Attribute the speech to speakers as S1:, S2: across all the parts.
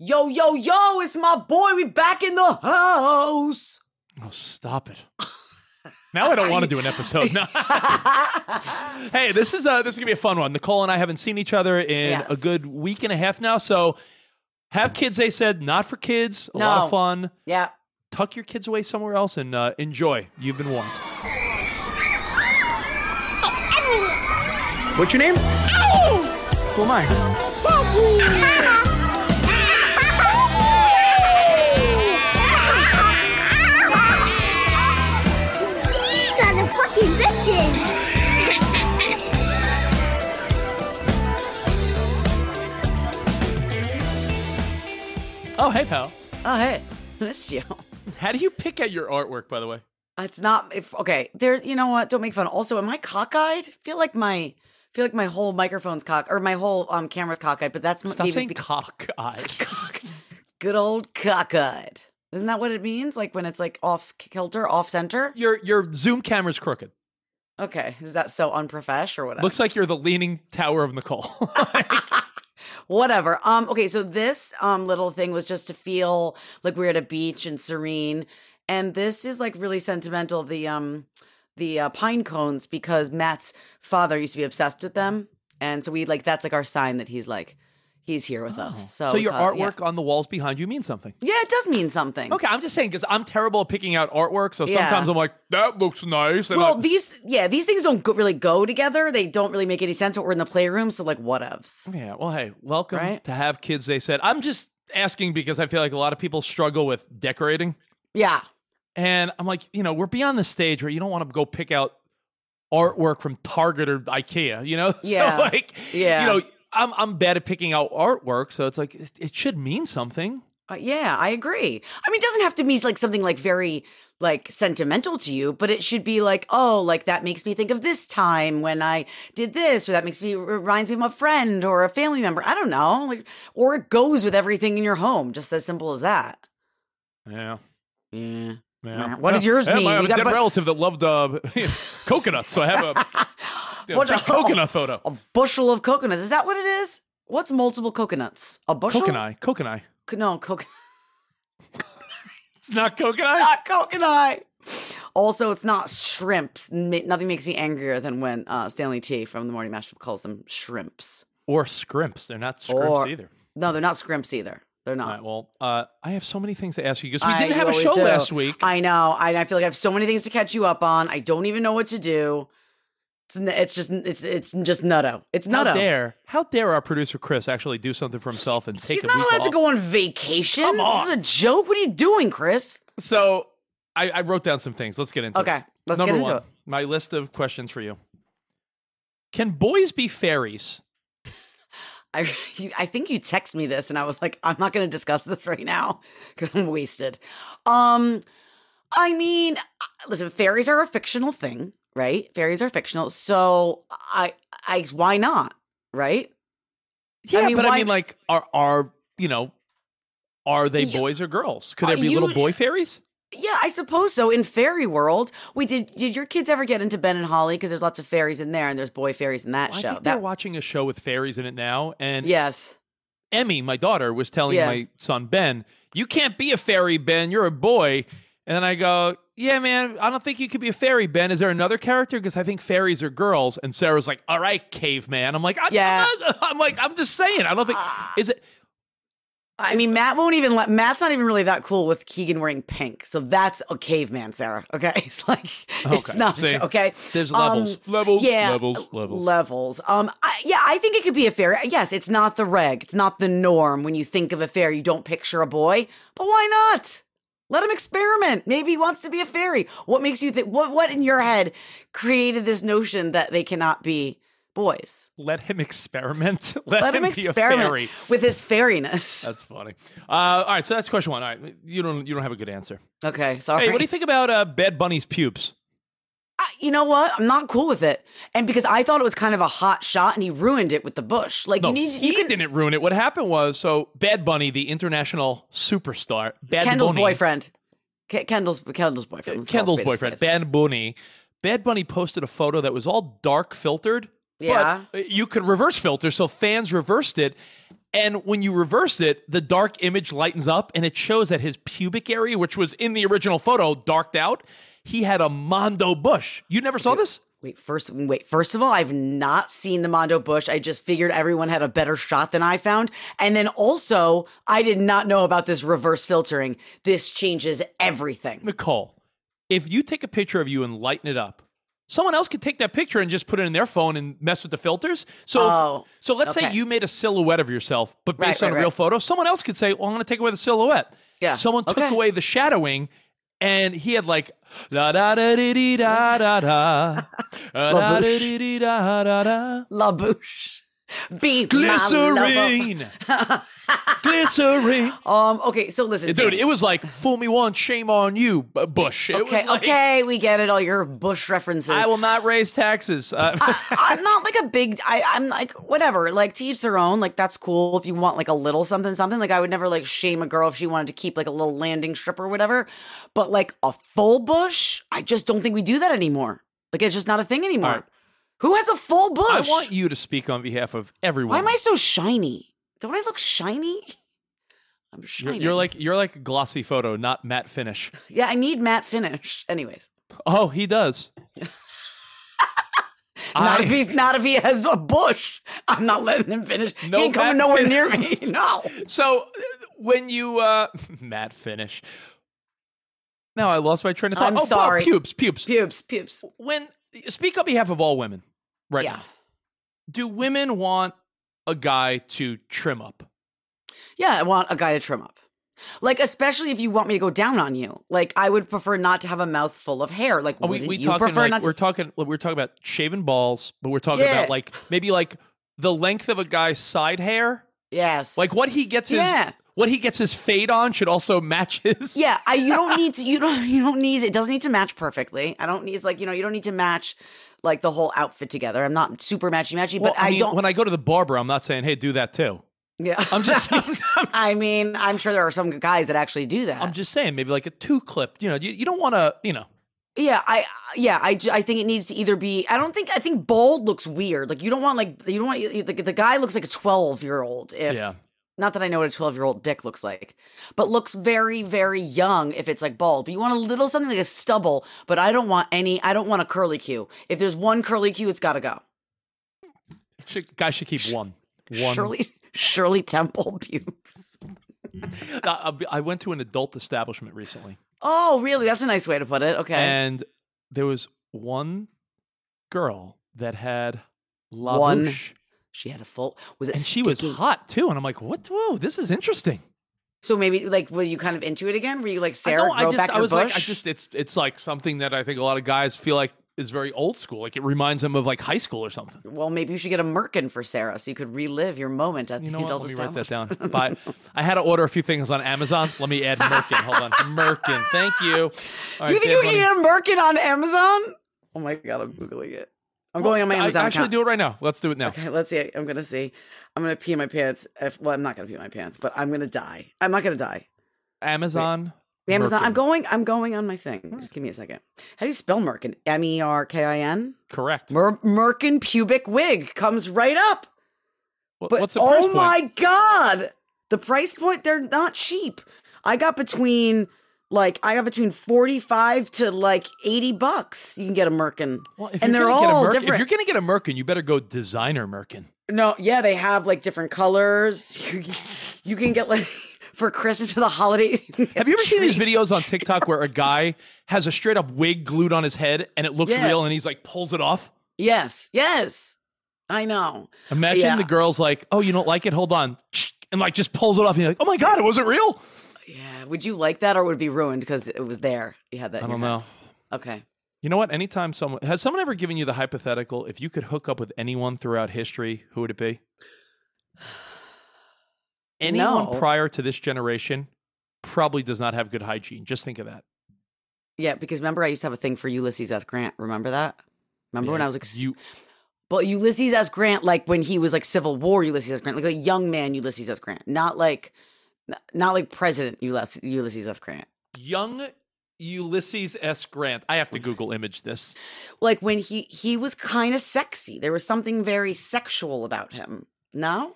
S1: Yo, yo, yo, it's my boy. We back in the house.
S2: Oh, stop it. Now I don't want to do an episode. No. hey, this is uh, this is gonna be a fun one. Nicole and I haven't seen each other in
S1: Yes.
S2: a good week and a half now. So, have kids. They said not for kids. A lot
S1: No.
S2: of fun.
S1: Yeah.
S2: Tuck your kids away somewhere else and uh, enjoy. You've been warned.
S3: What's your name? Who am I?
S2: Oh, hey pal.
S1: Oh, hey. Missed you.
S2: How do you pick out your artwork, by the way?
S1: It's not if okay. There, you know what? Don't make fun. Also, am I cockeyed? feel like my feel like my whole microphone's cock or my whole um camera's cockeyed. But that's
S2: Stop
S1: maybe
S2: saying
S1: bec-
S2: cock eye.
S1: good old cockeyed. Isn't that what it means? Like when it's like off kilter, off center.
S2: Your your Zoom camera's crooked.
S1: Okay, is that so unprofesh or whatever?
S2: Looks like you're the leaning tower of Nicole.
S1: whatever. Um, okay, so this um little thing was just to feel like we are at a beach and serene, and this is like really sentimental. The um, the uh, pine cones because Matt's father used to be obsessed with them, and so we like that's like our sign that he's like he's here with us. So,
S2: Oh. so your
S1: uh, yeah.
S2: artwork on the walls behind you means something.
S1: yeah, it does mean something.
S2: Okay, I'm just saying because I'm terrible at picking out artwork. So
S1: Yeah.
S2: sometimes I'm like, that looks nice. And
S1: Well,
S2: I-
S1: these yeah, these things don't go, really go together. They don't really make any sense. But we're in the playroom, so like whatevs.
S2: yeah. Well, hey, welcome
S1: Right?
S2: to have kids. They said. I'm just asking because I feel like a lot of people struggle with decorating,
S1: Yeah,
S2: and I'm like, you know, we're beyond the stage where you don't want to go pick out artwork from Target or IKEA. You know,
S1: Yeah.
S2: so like,
S1: Yeah.
S2: you know, I'm I'm bad at picking out artwork, so it's like it, it should mean something.
S1: Uh, yeah, I agree. I mean, it doesn't have to be like something like very like sentimental to you, but it should be like, oh, like that makes me think of this time when I did this, or that makes me reminds me of a friend or a family member. I don't know, like, or it goes with everything in your home. Just as simple as that.
S2: Yeah.
S1: Yeah.
S2: Yeah.
S1: What does yours
S2: Yeah,
S1: mean?
S2: I have
S1: You
S2: a
S1: got
S2: dead
S1: bu-
S2: relative that loved uh, coconuts, so I have a, you know,
S1: What
S2: big
S1: the-
S2: coconut photo.
S1: A bushel of coconuts. Is that what it is? What's multiple coconuts? A bushel?
S2: Coconut, coconut.
S1: Co- No, coconut.
S2: It's not coconut.
S1: Not coconut. Also, it's not shrimps. Ma- Nothing makes me angrier than when uh, Stanley T from the Morning Mashup calls them shrimps.
S2: Or scrimps. They're not scrimps
S1: Or-
S2: either.
S1: No, they're not scrimps either. They're
S2: All
S1: not.
S2: right, well, uh, I have so many things to ask you because we
S1: I-
S2: didn't
S1: you
S2: have a
S1: always
S2: show
S1: do.
S2: last week.
S1: I know. I, I feel like I have so many things to catch you up on. I don't even know what to do. It's, n- it's just it's it's just nutto. It's
S2: how
S1: nutto.
S2: dare, how dare our producer Chris actually do something for himself and take
S1: He's
S2: a
S1: not
S2: week
S1: allowed
S2: off?
S1: to go on vacation.
S2: Come
S1: This is a joke. What are you doing, Chris?
S2: So I, I wrote down some things. Let's get into it.
S1: Okay, let's
S2: Number
S1: get into
S2: one,
S1: it.
S2: my list of questions for you. Can boys be fairies?
S1: I, you, I think you text me this, and I was like, I'm not going to discuss this right now because I'm wasted. Um, I mean, uh, listen, fairies are a fictional thing, right? Fairies are fictional, so I, I, why not, right?
S2: Yeah,
S1: mean,
S2: but
S1: why-
S2: I mean, like, are are you know, are they
S1: You-
S2: boys or girls? Could
S1: Uh,
S2: there be little
S1: you-
S2: boy fairies?
S1: Yeah, I suppose so. In fairy world, we did. Did your kids ever get into Ben and Holly? Because there's lots of fairies in there, and there's boy fairies in that
S2: I
S1: show.
S2: think they're
S1: That-
S2: watching a show with fairies in it now, and
S1: yes,
S2: Emmy, my daughter, was telling
S1: Yeah.
S2: my son Ben, "You can't be a fairy, Ben. You're a boy." And then I go, yeah, man, I don't think you could be a fairy, Ben. Is there another character? Because I think fairies are girls. And Sarah's like, all right, caveman. I'm like, I'm,
S1: Yeah. Ah.
S2: not- I'm like, I'm just saying. I don't think, is it,
S1: I mean, Matt won't even let Matt's not even really that cool with Keegan wearing pink. So that's a caveman, Sarah. Okay. It's like it's
S2: Okay,
S1: not
S2: see?
S1: okay.
S2: There's
S1: Um,
S2: levels. Levels,
S1: yeah,
S2: levels, levels.
S1: Levels. Um I, yeah, I think it could be a fair. Yes, it's not the reg. It's not the norm. When you think of a fair, you don't picture a boy. But why not? Let him experiment. Maybe he wants to be a fairy. What makes you think what what in your head created this notion that they cannot be boys?
S2: let him experiment? Let,
S1: Let him
S2: be a
S1: experiment
S2: fairy.
S1: with his fairiness.
S2: That's funny. Uh, all right, so that's question one. All right, you don't you don't have a good answer.
S1: Okay, sorry.
S2: Hey, what do you think about uh, Bed Bunny's pubes?
S1: I- you know what? I'm not cool with it. And because I thought it was kind of a hot shot and he ruined it with the bush. Like
S2: No,
S1: you need
S2: he
S1: you can
S2: didn't ruin it. What happened was, so Bad Bunny, the international superstar, Bad
S1: Kendall's
S2: Bunny,
S1: boyfriend. Ke- Kendall's Kendall's boyfriend. Let's call
S2: Kendall's
S1: it a spade a
S2: boyfriend,
S1: spade.
S2: Bad Bunny, Bad Bunny posted a photo that was all dark filtered.
S1: Yeah.
S2: But you could reverse filter, so fans reversed it. And when you reverse it, the dark image lightens up and it shows that his pubic area, which was in the original photo, darked out. He had a mondo bush. You never saw this?
S1: Wait, first wait, first of all, I've not seen the Mondo Bush. I just figured everyone had a better shot than I found. And then also, I did not know about this reverse filtering. This changes everything.
S2: Nicole, if you take a picture of you and lighten it up, someone else could take that picture and just put it in their phone and mess with the filters. So, if-
S1: Oh,
S2: so let's say
S1: okay.
S2: you made a silhouette of yourself, but
S1: Right,
S2: based on
S1: right,
S2: a real
S1: right.
S2: photo, someone else could say, "Well, I'm going to take away the silhouette."
S1: Yeah,
S2: Someone took
S1: okay.
S2: away the shadowing, and he had like la da da dee dee da da da da da dee dee dee da da da
S1: La Bouche. Be Glycerine.
S2: glycerine, glycerine.
S1: Um, okay, so listen.
S2: Dude,
S1: Dan.
S2: it was like fool me once, shame on you, B- Bush. It
S1: Okay,
S2: was like,
S1: okay, we get it. All your Bush references.
S2: I will not raise taxes. Uh,
S1: I'm not like a big. I, I'm like whatever. Like to each their own. Like that's cool if you want like a little something something. Like I would never like shame a girl if she wanted to keep like a little landing strip or whatever. But like a full bush, I just don't think we do that anymore. Like it's just not a thing anymore.
S2: All right.
S1: Who has a full bush?
S2: I want you to speak on behalf of everyone.
S1: Why am I so shiny? Don't I look shiny? I'm
S2: You're,
S1: shiny.
S2: you're like you're like a glossy photo, not matte finish.
S1: yeah. I need matte finish. Anyways,
S2: Oh, he does.
S1: not
S2: I-
S1: if he's not if he has a bush. I'm not letting him finish.
S2: No
S1: he ain't coming
S2: matte
S1: nowhere near
S2: finish.
S1: me. No.
S2: so uh, when you uh, matte finish. Now I lost my train of thought.
S1: I'm
S2: oh, wow,
S1: sorry.
S2: pubes, pubes.
S1: Pubes. Pubes.
S2: When speak on behalf of all women, right
S1: Yeah.
S2: now. Do women want a guy to trim up?
S1: Yeah, I want a guy to trim up. Like, especially if you want me to go down on you. Like, I would prefer not to have a mouth full of hair. Like,
S2: Are Oh, we,
S1: wouldn't
S2: we
S1: you
S2: talking
S1: prefer
S2: like
S1: not to?
S2: we're talking we're talking about shaven balls, but we're talking
S1: Yeah.
S2: about like maybe like the length of a guy's side hair.
S1: yes.
S2: Like what he gets his
S1: Yeah.
S2: what he gets his fade on should also match his.
S1: Yeah, I, you don't need to. You don't. You don't need. It doesn't need to match perfectly. I don't need. It's like you know. You don't need to match like the whole outfit together. I'm not super matchy matchy,
S2: Well,
S1: but I,
S2: mean,
S1: don't.
S2: When I go to the barber, I'm not saying, "Hey, do that too."
S1: yeah,
S2: I'm just, I'm,
S1: I mean, I'm sure there are some guys that actually do that.
S2: I'm just saying, maybe like a two clip. You know, you, you don't want to, you know.
S1: Yeah, I yeah, I, ju- I think it needs to either be I don't think I think bold looks weird. Like you don't want like you don't want you- the, the guy looks like a 12-year-old if
S2: Yeah.
S1: not that I know what a 12-year-old dick looks like, but looks very very young if it's like bald. But you want a little something like a stubble, but I don't want any I don't want a curly cue. If there's one curly cue, it's got to go.
S2: Should, guys should keep one. One.
S1: Shirley Shirley Temple pubes.
S2: I, I'll be- I went to an adult establishment recently,
S1: Oh, really? That's a nice way to put it. Okay.
S2: and there was one girl that had la
S1: One.
S2: bouche,
S1: she had a full was it
S2: and she was
S1: sticky?
S2: hot too. And I'm like, "What? Whoa, this is interesting."
S1: So maybe like were you kind of into it again? Were you like
S2: I
S1: Sarah grow
S2: know, I just,
S1: back
S2: I
S1: your
S2: was
S1: bush?
S2: like, I just, it's, it's like something that I think a lot of guys feel like is very old school. Like it reminds them of like high school or something.
S1: Well, maybe you should get a merkin for Sarah so you could relive your moment at
S2: You
S1: the
S2: know what?
S1: adult
S2: Let me write that
S1: establishment.
S2: down. Buy. I had to order a few things on Amazon. Let me add Merkin. Hold on, Merkin. Thank you. All
S1: Do you
S2: right,
S1: think you
S2: Dave,
S1: can
S2: let me-
S1: get a merkin on Amazon? Oh my god, I'm googling it. I'm going on my
S2: I-
S1: Amazon.
S2: actually,
S1: account.
S2: do it right now. Let's do it now.
S1: Okay, let's see. I'm gonna see. I'm gonna pee in my pants. If well, I'm not gonna pee in my pants, but I'm gonna die. I'm not gonna die.
S2: Amazon.
S1: Amazon.
S2: Merkin.
S1: I'm going. I'm going on my thing. Just give me a second. How do you spell merkin? M e r k i n.
S2: Correct.
S1: Mer- merkin pubic wig comes right up.
S2: Wha-
S1: But
S2: What's the
S1: oh
S2: price point?
S1: my god, the price point—they're not cheap. I got between Like I got between forty-five to like eighty bucks. You can get a merkin,
S2: Well, if
S1: and
S2: you're
S1: they're
S2: gonna get a
S1: all
S2: Merkin-
S1: different.
S2: If you're going to get a Merkin, you better go designer Merkin.
S1: No, yeah, they have like different colors. You, you can get like for Christmas or the holidays.
S2: Have you ever seen these videos on TikTok where a guy has a straight up wig glued on his head and it looks
S1: Yeah.
S2: real and he's like pulls it off?
S1: Yes, yes, I know.
S2: Imagine
S1: Yeah.
S2: the girl's like, oh, you don't like it? Hold on. And like just pulls it off. And you're like, oh my God, it wasn't real.
S1: Yeah, would you like that or would it be ruined because it was there? You had that.
S2: I
S1: in
S2: don't
S1: your
S2: know.
S1: head. Okay.
S2: You know what? Anytime someone has someone ever given you the hypothetical, if you could hook up with anyone throughout history, who would it be? Anyone
S1: No.
S2: prior to this generation probably does not have good hygiene. Just think of that.
S1: Yeah, because remember I used to have a thing for Ulysses S. Grant. Remember that? Remember when
S2: Yeah,
S1: I was like,
S2: you
S1: but Ulysses S. Grant, like when he was like Civil War Ulysses S. Grant, like a young man Ulysses S. Grant, not like, not like President Ulysses Ulysses S. Grant.
S2: young Ulysses S. Grant. I have to Google image this.
S1: like when he he was kind of sexy. There was something very sexual about him. No?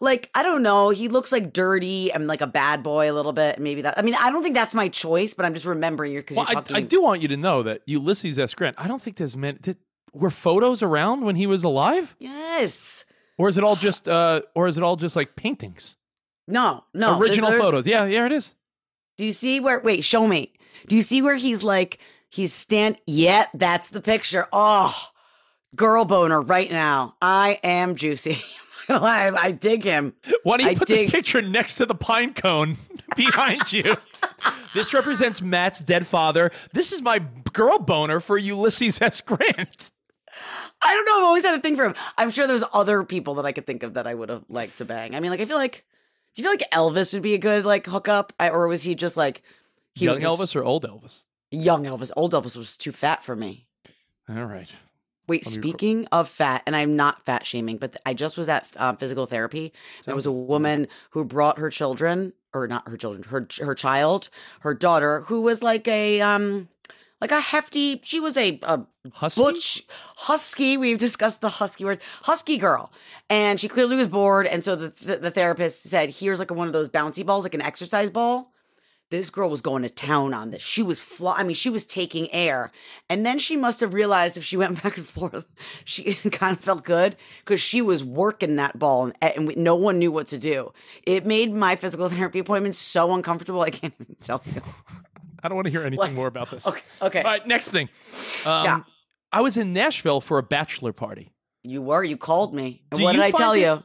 S1: Like I don't know, he looks like dirty and like a bad boy a little bit. Maybe that. I mean, I don't think that's my choice, but I'm just remembering your because
S2: Well,
S1: you're
S2: I,
S1: talking.
S2: I do want you to know that Ulysses S. Grant. I don't think there's meant. Did, were photos around when he was alive,
S1: Yes.
S2: or is it all just, uh, or is it all just like paintings,
S1: No. No. there's-
S2: original
S1: there's-
S2: photos? Yeah, yeah, it is.
S1: Do you see where? Wait, show me. Do you see where he's like he's stand? Yeah, that's the picture. Oh, girl boner right now. I am juicy. I, I dig him.
S2: Why don't you
S1: I
S2: put
S1: dig-
S2: this picture next to the pine cone behind you? This represents Matt's dead father. This is my girl boner for Ulysses S. Grant.
S1: I don't know. I've always had a thing for him. I'm sure there's other people that I could think of that I would have liked to bang. I mean, like I feel like, do you feel like Elvis would be a good like hookup, I, or was he just like he
S2: Young
S1: was just-
S2: Elvis or old Elvis?
S1: Young Elvis, old Elvis was too fat for me.
S2: All right.
S1: Wait,
S2: Let me-
S1: speaking of fat, and I'm not fat shaming, but I just was at um, physical therapy. There was a woman who brought her children, or not her children, her her child, her daughter, who was like a um, like a hefty. She was a, a
S2: Husky?
S1: butch husky. We've discussed the husky word, husky girl, and she clearly was bored. And so the the, the therapist said, "Here's like one of those bouncy balls, like an exercise ball." this girl was going to town on this. She was fly. I mean, she was taking air. And then she must have realized if she went back and forth, she kind of felt good because she was working that ball and, and we, no one knew what to do. It made my physical therapy appointment so uncomfortable. I can't even tell you.
S2: I don't want to hear anything
S1: What?
S2: more about this.
S1: Okay. Okay.
S2: All right. Next thing. Um,
S1: Yeah.
S2: I was in Nashville for a bachelor party.
S1: You were. You called me. And
S2: Do
S1: what
S2: you
S1: did I
S2: find
S1: tell
S2: it-
S1: you?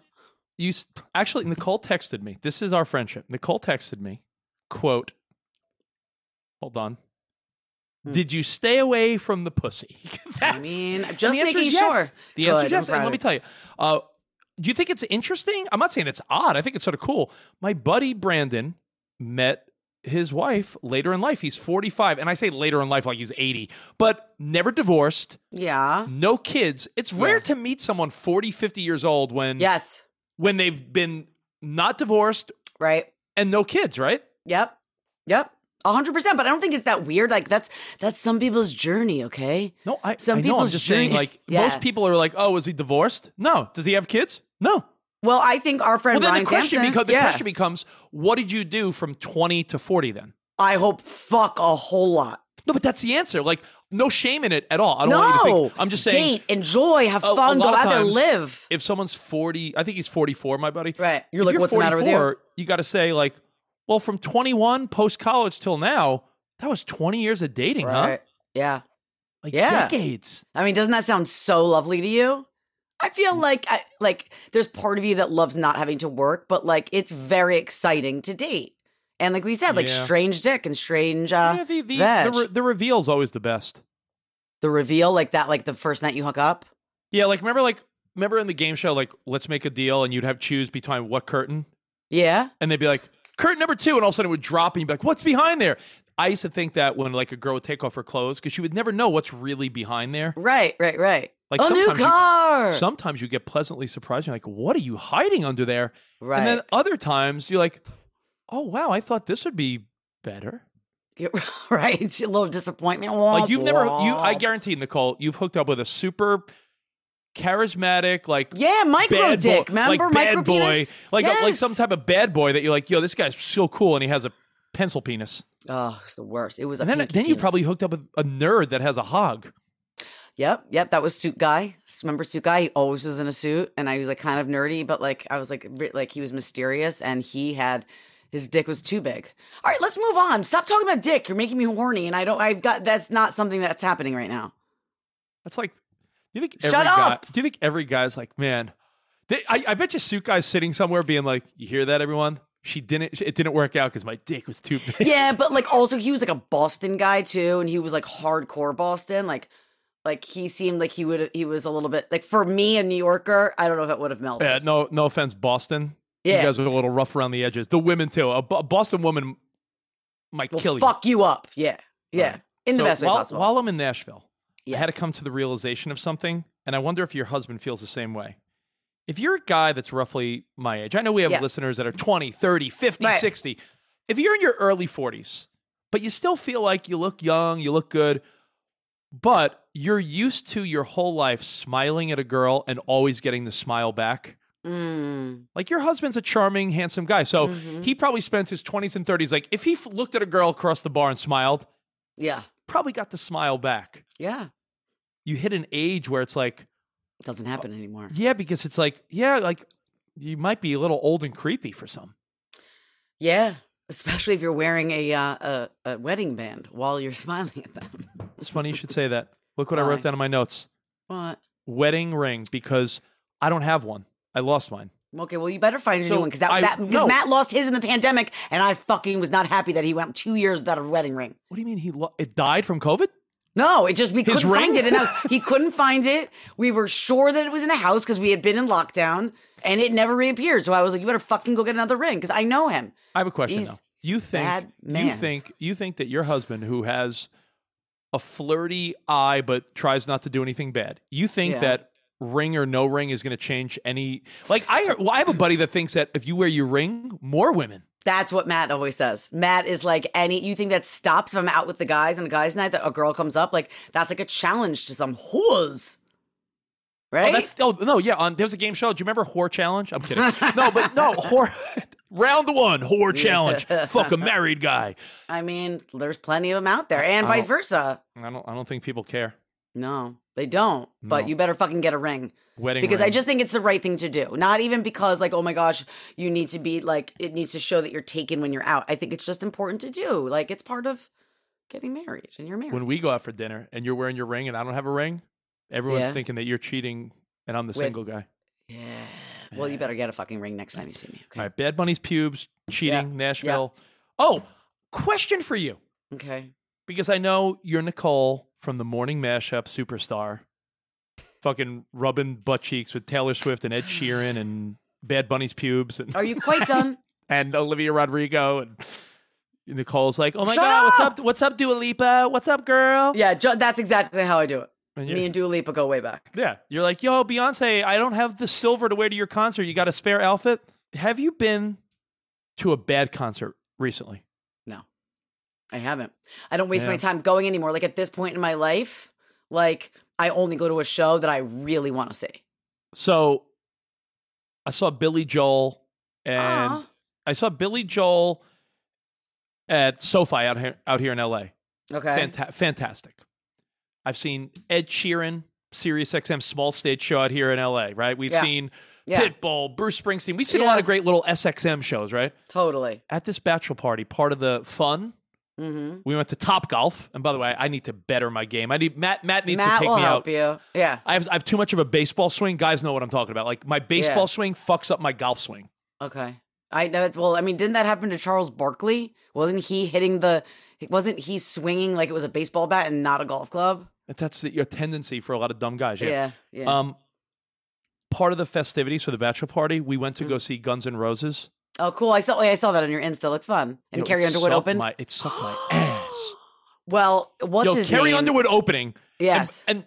S2: you s- actually Nicole texted me. This is our friendship. Nicole texted me, quote, hold on. Did you stay away from the pussy? That's-
S1: mean, I'm
S2: and
S1: just
S2: the answer is
S1: making
S2: yes.
S1: sure.
S2: The
S1: Good,
S2: answer is
S1: I'm
S2: yes. And
S1: proud
S2: let
S1: of
S2: me
S1: you.
S2: tell you, uh, do you think it's interesting? I'm not saying it's odd. I think it's sort of cool. My buddy Brandon met his wife later in life. He's 45, and I say later in life like he's 80, but never divorced,
S1: Yeah.
S2: no kids. It's rare
S1: Yeah.
S2: to meet someone 40, 50 years old when
S1: Yes.
S2: when they've been not divorced
S1: Right.
S2: and no kids, right?
S1: Yep. Yep. A hundred percent. But I don't think it's that weird. Like that's that's some people's journey. Okay.
S2: No, I,
S1: Some
S2: I know. I'm
S1: people's
S2: just saying,
S1: dream-
S2: like,
S1: Yeah.
S2: most people are like, oh, is he divorced? No. Does he have kids? No.
S1: Well, I think our friend
S2: Well, then
S1: Ryan
S2: the question,
S1: Sampson-
S2: beco- the
S1: Yeah.
S2: question becomes, what did you do from 20 to 40 then?
S1: I hope fuck a whole lot.
S2: No, but that's the answer. Like, no shame in it at all. I don't want you to think. I'm just saying.
S1: date, enjoy, have
S2: a- a
S1: fun, go
S2: lot of
S1: out there,
S2: times,
S1: live.
S2: If someone's 40, I think he's 44, my buddy.
S1: Right. You're
S2: If
S1: like, "What's the matter with you?"
S2: 44, You got to say, like, well, from 21 post college till now, that was 20 years of dating, huh?
S1: Yeah.
S2: Like,
S1: Yeah.
S2: decades.
S1: I mean, doesn't that sound so lovely to you? I feel
S2: Mm.
S1: like I like there's part of you that loves not having to work, but like it's very exciting to date. And like we said, like
S2: Yeah.
S1: strange dick and strange uh
S2: Yeah, the, the, the,
S1: veg.
S2: re- the reveal's always the best.
S1: the reveal like that like the first night you hook up.
S2: Yeah, like remember, like remember in the game show, like let's make a deal, and you'd have choose between what curtain,
S1: Yeah.
S2: and they'd be like curtain number two, and all of a sudden it would drop, and you'd be like, what's behind there? I used to think that when like a girl would take off her clothes because she would never know what's really behind there.
S1: Right, right, right.
S2: Like,
S1: a new
S2: sometimes you-
S1: car.
S2: Sometimes you get pleasantly surprised. You're like, what are you hiding under there?
S1: right.
S2: And then other times you're like, oh wow, I thought this would be better.
S1: right. It's a little disappointment.
S2: Like you've never, you I
S1: Womp,
S2: guarantee Nicole, you've hooked up with a super charismatic, like
S1: Yeah, micro
S2: bad boy-
S1: dick. Remember
S2: like bad
S1: micro
S2: boy,
S1: penis?
S2: like a- like
S1: Yes.
S2: some type of bad boy that you're like, yo, this guy's so cool, and he has a pencil penis.
S1: Oh, it's the worst. It was.
S2: And
S1: a
S2: then,
S1: pinky
S2: then you
S1: penis.
S2: probably hooked up with a nerd that has a hog.
S1: Yep, yep. That was suit guy. Remember suit guy? He always was in a suit, and I was like kind of nerdy, but like I was like re- like he was mysterious, and he had his dick was too big. All right, let's move on. Stop talking about dick. You're making me horny, and I don't. I've got that's not something that's happening right now.
S2: That's like, do you think every
S1: Shut
S2: guy?
S1: up!
S2: Do you think every guy's like, man? They, I, I bet you suit guy's sitting somewhere being like, you hear that, everyone? She didn't. It didn't work out because my dick was too big.
S1: yeah, but like also he was like a Boston guy too, and he was like hardcore Boston. Like, like he seemed like he would he was a little bit like for me a New Yorker. I don't know if it would have melted.
S2: Yeah, no, no offense, Boston.
S1: Yeah.
S2: You guys are a little rough around the edges. The women too. A Bo- Boston woman might
S1: Will
S2: kill you.
S1: fuck you. up. Yeah, yeah,
S2: Right.
S1: in the
S2: So
S1: best way
S2: while,
S1: possible.
S2: while I'm in Nashville,
S1: Yeah.
S2: I had to come to the realization of something, and I wonder if your husband feels the same way. If you're a guy that's roughly my age, I know we have
S1: Yeah.
S2: listeners that are 20, 30, 50,
S1: Right.
S2: 60. If you're in your early 40s, but you still feel like you look young, you look good, but you're used to your whole life smiling at a girl and always getting the smile back.
S1: Mm,
S2: Like your husband's a charming, handsome guy. So
S1: Mhm.
S2: he probably spent his 20s and 30s. Like if he f- looked at a girl across the bar and smiled,
S1: yeah,
S2: probably got the smile back.
S1: yeah.
S2: You hit an age where it's like,
S1: Doesn't happen anymore.
S2: yeah, because it's like, yeah, like you might be a little old and creepy for some.
S1: Yeah, especially if you're wearing a uh, a, a wedding band while you're smiling at them.
S2: It's funny you should say that. Look what I
S1: Why?
S2: wrote down in my notes
S1: What?
S2: wedding ring, because I don't have one. I lost mine.
S1: Okay, well, you better find a
S2: So
S1: new one because that,
S2: I-
S1: that because
S2: no.
S1: Matt lost his in the pandemic, and I fucking was not happy that he went two years without a wedding ring.
S2: What do you mean he lo- it died from COVID?
S1: No, it just we
S2: His
S1: couldn't find
S2: ring?
S1: it, and I was, he couldn't find it. We were sure that it was in the house because we had been in lockdown, and it never reappeared. So I was like, "You better fucking go get another ring," because I know him.
S2: I have a question
S1: He's-
S2: though.
S1: he's
S2: You
S1: a
S2: think
S1: bad
S2: you
S1: man.
S2: think you think that your husband who has a flirty eye but tries not to do anything bad. You think
S1: Yeah.
S2: that ring or no ring is going to change any like I heard- well, I have a buddy that thinks that if you wear your ring, more women.
S1: That's what Matt always says. Matt is like any you think that stops if I'm out with the guys on a guys' night that a girl comes up, like that's like a challenge to some whores. Right?
S2: Oh, that's oh no, yeah, on there's a game show. Do you remember whore challenge? I'm kidding. no, but no, whore round 1 whore challenge. Fuck a married guy.
S1: I mean, there's plenty of them out there and vice versa.
S2: I don't I don't think people care.
S1: No, they don't. But
S2: No.
S1: you better fucking get a ring.
S2: Wedding
S1: because I
S2: ring.
S1: just think it's the right thing to do. Not even because like, oh my gosh, you need to be like it needs to show that you're taken when you're out. I think it's just important to do. Like it's part of getting married and you're married.
S2: when we go out for dinner and you're wearing your ring and I don't have a ring, everyone's
S1: Yeah.
S2: thinking that you're cheating and I'm the
S1: With-
S2: single guy.
S1: yeah. Well, you better get a fucking ring next time you see me. Okay.
S2: All right, Bad Bunny's pubes, cheating, Nashville. Oh, question for you
S1: Okay.
S2: because I know you're Nicole from the Morning Mashup Superstar, fucking rubbing butt cheeks with Taylor Swift and Ed Sheeran and Bad Bunny's pubes and,
S1: Are you quite done?
S2: and Olivia Rodrigo and. Nicole's like, oh my
S1: Shut
S2: god, what's
S1: up!"
S2: up? What's up, Dua Lipa? What's up, girl?
S1: yeah, ju- that's exactly how I do it.
S2: And you're-
S1: Me and Dua Lipa go way back.
S2: Yeah. You're like, yo, Beyonce, I don't have the silver to wear to your concert. You got a spare outfit? Have you been to a bad concert recently?
S1: I haven't. I don't waste
S2: Yeah.
S1: my time going anymore. Like at this point in my life, like I only go to a show that I really want to see.
S2: So I saw Billy Joel and
S1: Aw.
S2: I saw Billy Joel at SoFi out here out here in LA.
S1: Okay.
S2: Fanta- fantastic. I've seen Ed Sheeran, Sirius XM small stage show out here in LA, right? We've
S1: Yeah.
S2: seen
S1: Yeah.
S2: Pitbull, Bruce Springsteen. We've seen a lot of
S1: Yes.
S2: great little SXM shows, right?
S1: Totally.
S2: At this bachelor party, part of the fun
S1: Mm-hmm.
S2: We went to Top Golf, and by the way, I need to better my game. I need Matt. Matt needs
S1: Matt
S2: to take
S1: will
S2: me
S1: help
S2: out.
S1: you. Yeah.
S2: I have I have too much of a baseball swing. Guys know what I'm talking about. Like my baseball
S1: Yeah.
S2: swing fucks up my golf swing.
S1: Okay. I know. It's, well, I mean, didn't that happen to Charles Barkley? Wasn't he hitting the? Wasn't he swinging like it was a baseball bat and not a golf club?
S2: That- That's the, your tendency for a lot of dumb guys. Yeah.
S1: Yeah. yeah.
S2: Um, part of the festivities for the bachelor party, we went to
S1: Mm.
S2: go see Guns N' Roses.
S1: oh, cool. I saw. I saw that on your Insta. Looked fun. And
S2: Yo,
S1: Carrie
S2: it
S1: Underwood
S2: sucked
S1: opened.
S2: My, it sucked my ass.
S1: well, what's
S2: Yo,
S1: his
S2: Carrie
S1: name?
S2: Underwood opening. and-
S1: Yes.
S2: and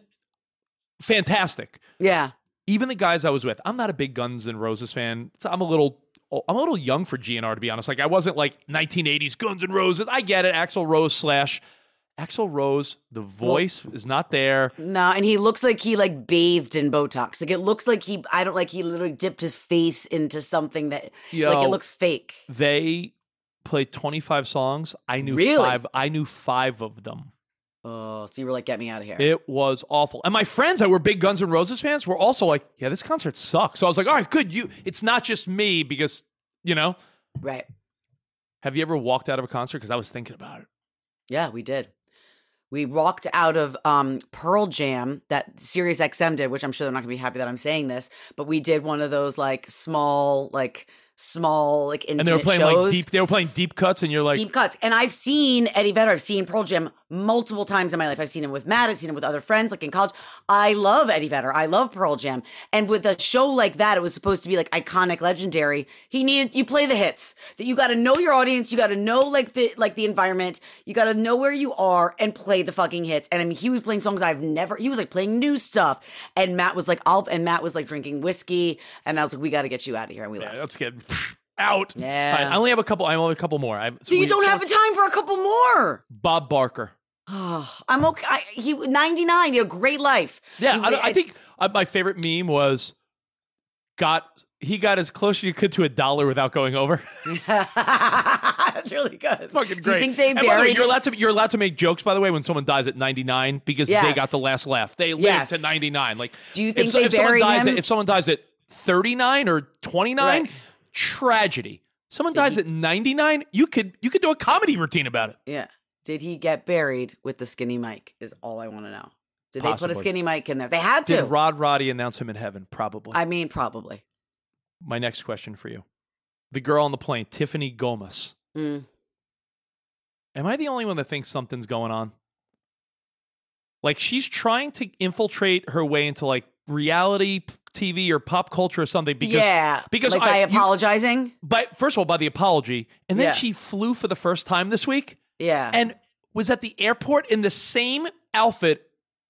S2: fantastic.
S1: yeah.
S2: even the guys I was with, I'm not a big Guns N' Roses fan. So I'm a little, I'm a little young for GNR to be honest. Like I wasn't like 1980s Guns N' Roses. I get it. Axl Rose slash Axl Rose. The voice is not there.
S1: No, and he looks like he like bathed in Botox. Like it looks like he I don't like he literally dipped his face into something that like
S2: Yo.
S1: it looks fake.
S2: They played 25 songs. I knew
S1: Really?
S2: five. I knew five of them.
S1: Oh, so you were like, get me out of here.
S2: It was awful. And my friends that were big Guns N' Roses fans were also like, "Yeah, this concert sucks." So I was like, "All right, good. You, it's not just me because you know."
S1: right.
S2: Have you ever walked out of a concert? Because I was thinking about it.
S1: Yeah, we did. We walked out of um, Pearl Jam that Sirius XM did, which I'm sure they're not going to be happy that I'm saying this, but we did one of those like small, like small, like intimate
S2: And they were playing
S1: shows.
S2: like deep. They were playing deep cuts, and you're like,
S1: deep cuts. And I've seen Eddie Vedder. I've seen Pearl Jam multiple times in my life. I've seen him with Matt. I've seen him with other friends, like in college. I love Eddie Vedder. I love Pearl Jam. And with a show like that, it was supposed to be like iconic, legendary. He needed you play the hits. That you got to know your audience. You got to know like the like the environment. You got to know where you are and play the fucking hits. And I mean, he was playing songs I've never. He was like playing new stuff. And Matt was like, "I'll." And Matt was like drinking whiskey. And I was like, "We got to get you out of here." And we left.
S2: "Yeah, "Let's get out."
S1: Yeah.
S2: Fine. I only have a couple. I only have a couple more. I,
S1: so you don't have a time for a couple more.
S2: Bob Barker.
S1: Oh, I'm okay. I, he 99. He had a great life.
S2: Yeah,
S1: He-
S2: I, I
S1: it's-
S2: think uh, my favorite meme was got he got as close as you could to a dollar without going over.
S1: that's really good.
S2: Fucking great.
S1: Do you think they
S2: and by the way,
S1: buried?
S2: you're allowed to you're allowed to make jokes by the way when someone dies at 99 because they
S1: Yes.
S2: got the last laugh. They lived
S1: Yes.
S2: to 99. Like
S1: Do you
S2: if
S1: think
S2: so-
S1: they
S2: if someone
S1: buried
S2: dies
S1: him?
S2: at if someone dies at 39 or 29,
S1: Right.
S2: tragedy. Someone dies at 99, you could you could do a comedy routine about it.
S1: yeah. Did he get buried with the skinny mic? Is all I want to know. Did they put a
S2: Possibly.
S1: skinny mic in there? They had to.
S2: Did Rod Roddy announce him in heaven? Probably.
S1: I mean, probably.
S2: my next question for you. The girl on the plane, Tiffany Gomez.
S1: Mm.
S2: Am I the only one that thinks something's going on? Like she's trying to infiltrate her way into like reality p- TV or pop culture or something because
S1: yeah.
S2: because
S1: like
S2: I-
S1: by
S2: you-
S1: apologizing.
S2: by first of all by the apology and then
S1: Yeah.
S2: she flew for the first time this week
S1: yeah.
S2: and was at the airport in the same outfit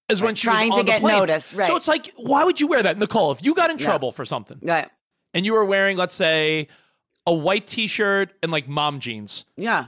S2: as when
S1: Right,
S2: she was
S1: trying to
S2: on the
S1: get
S2: plane.
S1: noticed, right.
S2: So it's like why would you wear that, Nicole? If you got in
S1: Yeah.
S2: trouble for something
S1: yeah.
S2: and you were wearing let's say a white t-shirt and like mom jeans,
S1: Yeah.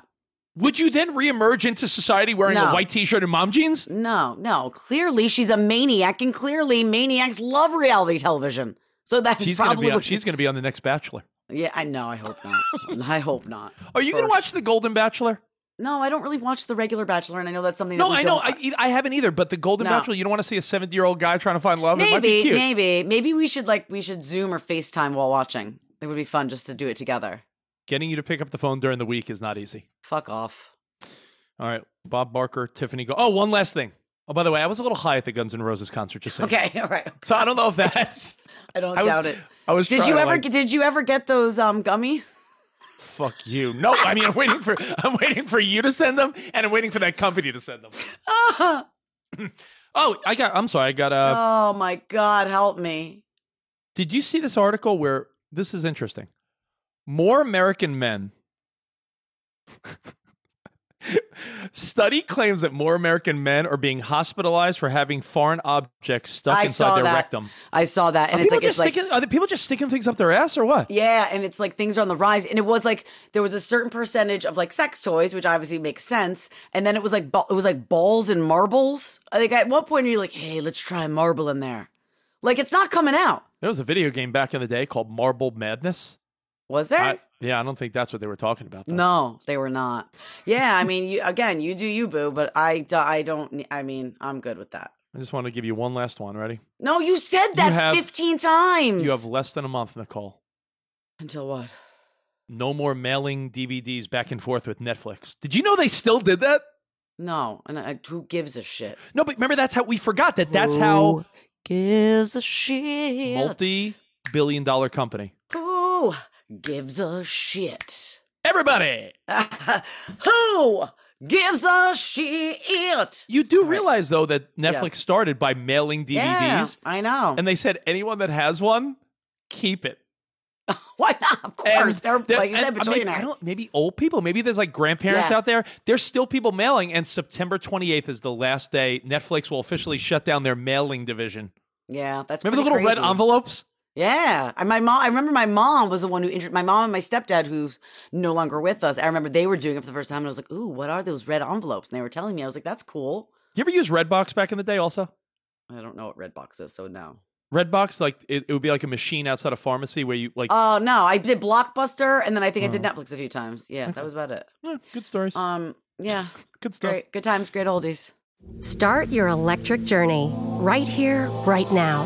S2: would you then reemerge into society wearing a
S1: No.
S2: white t-shirt and mom jeans?
S1: No, no. Clearly, she's a maniac, and clearly, maniacs love reality television. So that's
S2: She's gonna
S1: probably
S2: be on,
S1: what she-
S2: she's gonna be on the next Bachelor.
S1: Yeah, I know. I hope not. I hope not.
S2: Are you gonna
S1: First.
S2: watch the Golden Bachelor?
S1: No, I don't really watch the regular Bachelor, and I know that's something.
S2: No,
S1: that we
S2: I know.
S1: don't-
S2: I, e- I haven't either. But the Golden
S1: No.
S2: Bachelor, you don't want to see a seventy-year-old guy trying to find love. it might be
S1: maybe,
S2: cute.
S1: maybe, maybe we should like we should Zoom or Facetime while watching. It would be fun just to do it together.
S2: Getting you to pick up the phone during the week is not easy.
S1: Fuck off.
S2: All right, Bob Barker, Tiffany. Go- oh, one last thing. Oh, by the way, I was a little high at the Guns N' Roses concert. Just saying.
S1: Okay, all right.
S2: So I don't know if that's.
S1: I don't
S2: I was-
S1: doubt it.
S2: I was
S1: Did
S2: trying
S1: you
S2: to,
S1: ever?
S2: like-
S1: did you ever get those um gummy?
S2: Fuck you. No, I mean I'm waiting for I'm waiting for you to send them, and I'm waiting for that company to send them. oh, I got. I'm sorry. I got. Uh,
S1: oh my god, help me!
S2: Did you see this article where this is interesting? More American men. Study claims that more American men are being hospitalized for having foreign objects stuck
S1: I
S2: inside
S1: saw
S2: their
S1: that.
S2: rectum.
S1: I saw that,
S2: Are
S1: and it's
S2: people
S1: like
S2: just
S1: it's like
S2: sticking, are the people just sticking things up their ass or what?
S1: Yeah, and it's like things are on the rise. And it was like there was a certain percentage of like sex toys, which obviously makes sense. And then it was like ba- it was like balls and marbles. I think at one point you're like, hey, let's try a marble in there. Like it's not coming out,
S2: There was a video game back in the day called Marble Madness.
S1: was there?
S2: I- yeah, I don't think that's what they were talking about. though.
S1: no, they were not. Yeah, I mean, you again, you do you, boo. But I, do- I don't. I mean, I'm good with that.
S2: I just want to give you one last one. Ready?
S1: No, you said that
S2: have-
S1: 15 times.
S2: You have less than a month, Nicole.
S1: until what?
S2: No more mailing DVDs back and forth with Netflix. Did you know they still did that?
S1: No, and I, who gives a shit?
S2: No, but remember that's how we forgot that that's how
S1: Who gives a shit.
S2: multi billion dollar company.
S1: Who gives a shit?
S2: Everybody,
S1: Who gives a shit?
S2: you do realize though that Netflix started by mailing DVDs
S1: Yeah, I know.
S2: and they said anyone that has one, keep it.
S1: Why not? Of course, they're,
S2: there-
S1: like you said,
S2: and I mean, I
S1: billionaires.
S2: don't- maybe old people, maybe there's like grandparents
S1: Yeah.
S2: out there. There's still people mailing and September 28th is the last day Netflix will officially shut down their mailing division.
S1: yeah, that's
S2: Remember the
S1: pretty
S2: little red
S1: crazy.
S2: envelopes?
S1: Yeah, and my mom. I remember my mom was the one who introduced my mom and my stepdad, who's no longer with us. I remember they were doing it for the first time, and I was like, "Ooh, what are those red envelopes?" And they were telling me, I was like, "That's cool."
S2: You ever use Redbox back in the day also?
S1: I don't know what red box is, so no.
S2: Redbox, like it, it would be like a machine outside a pharmacy where you like.
S1: Oh no, I did Blockbuster, and then I think I did
S2: Oh.
S1: Netflix a few times. Yeah, that was about it.
S2: Eh, good stories.
S1: Um, yeah,
S2: good stuff.
S1: great, good times, great oldies.
S4: Start your electric journey right here, right now.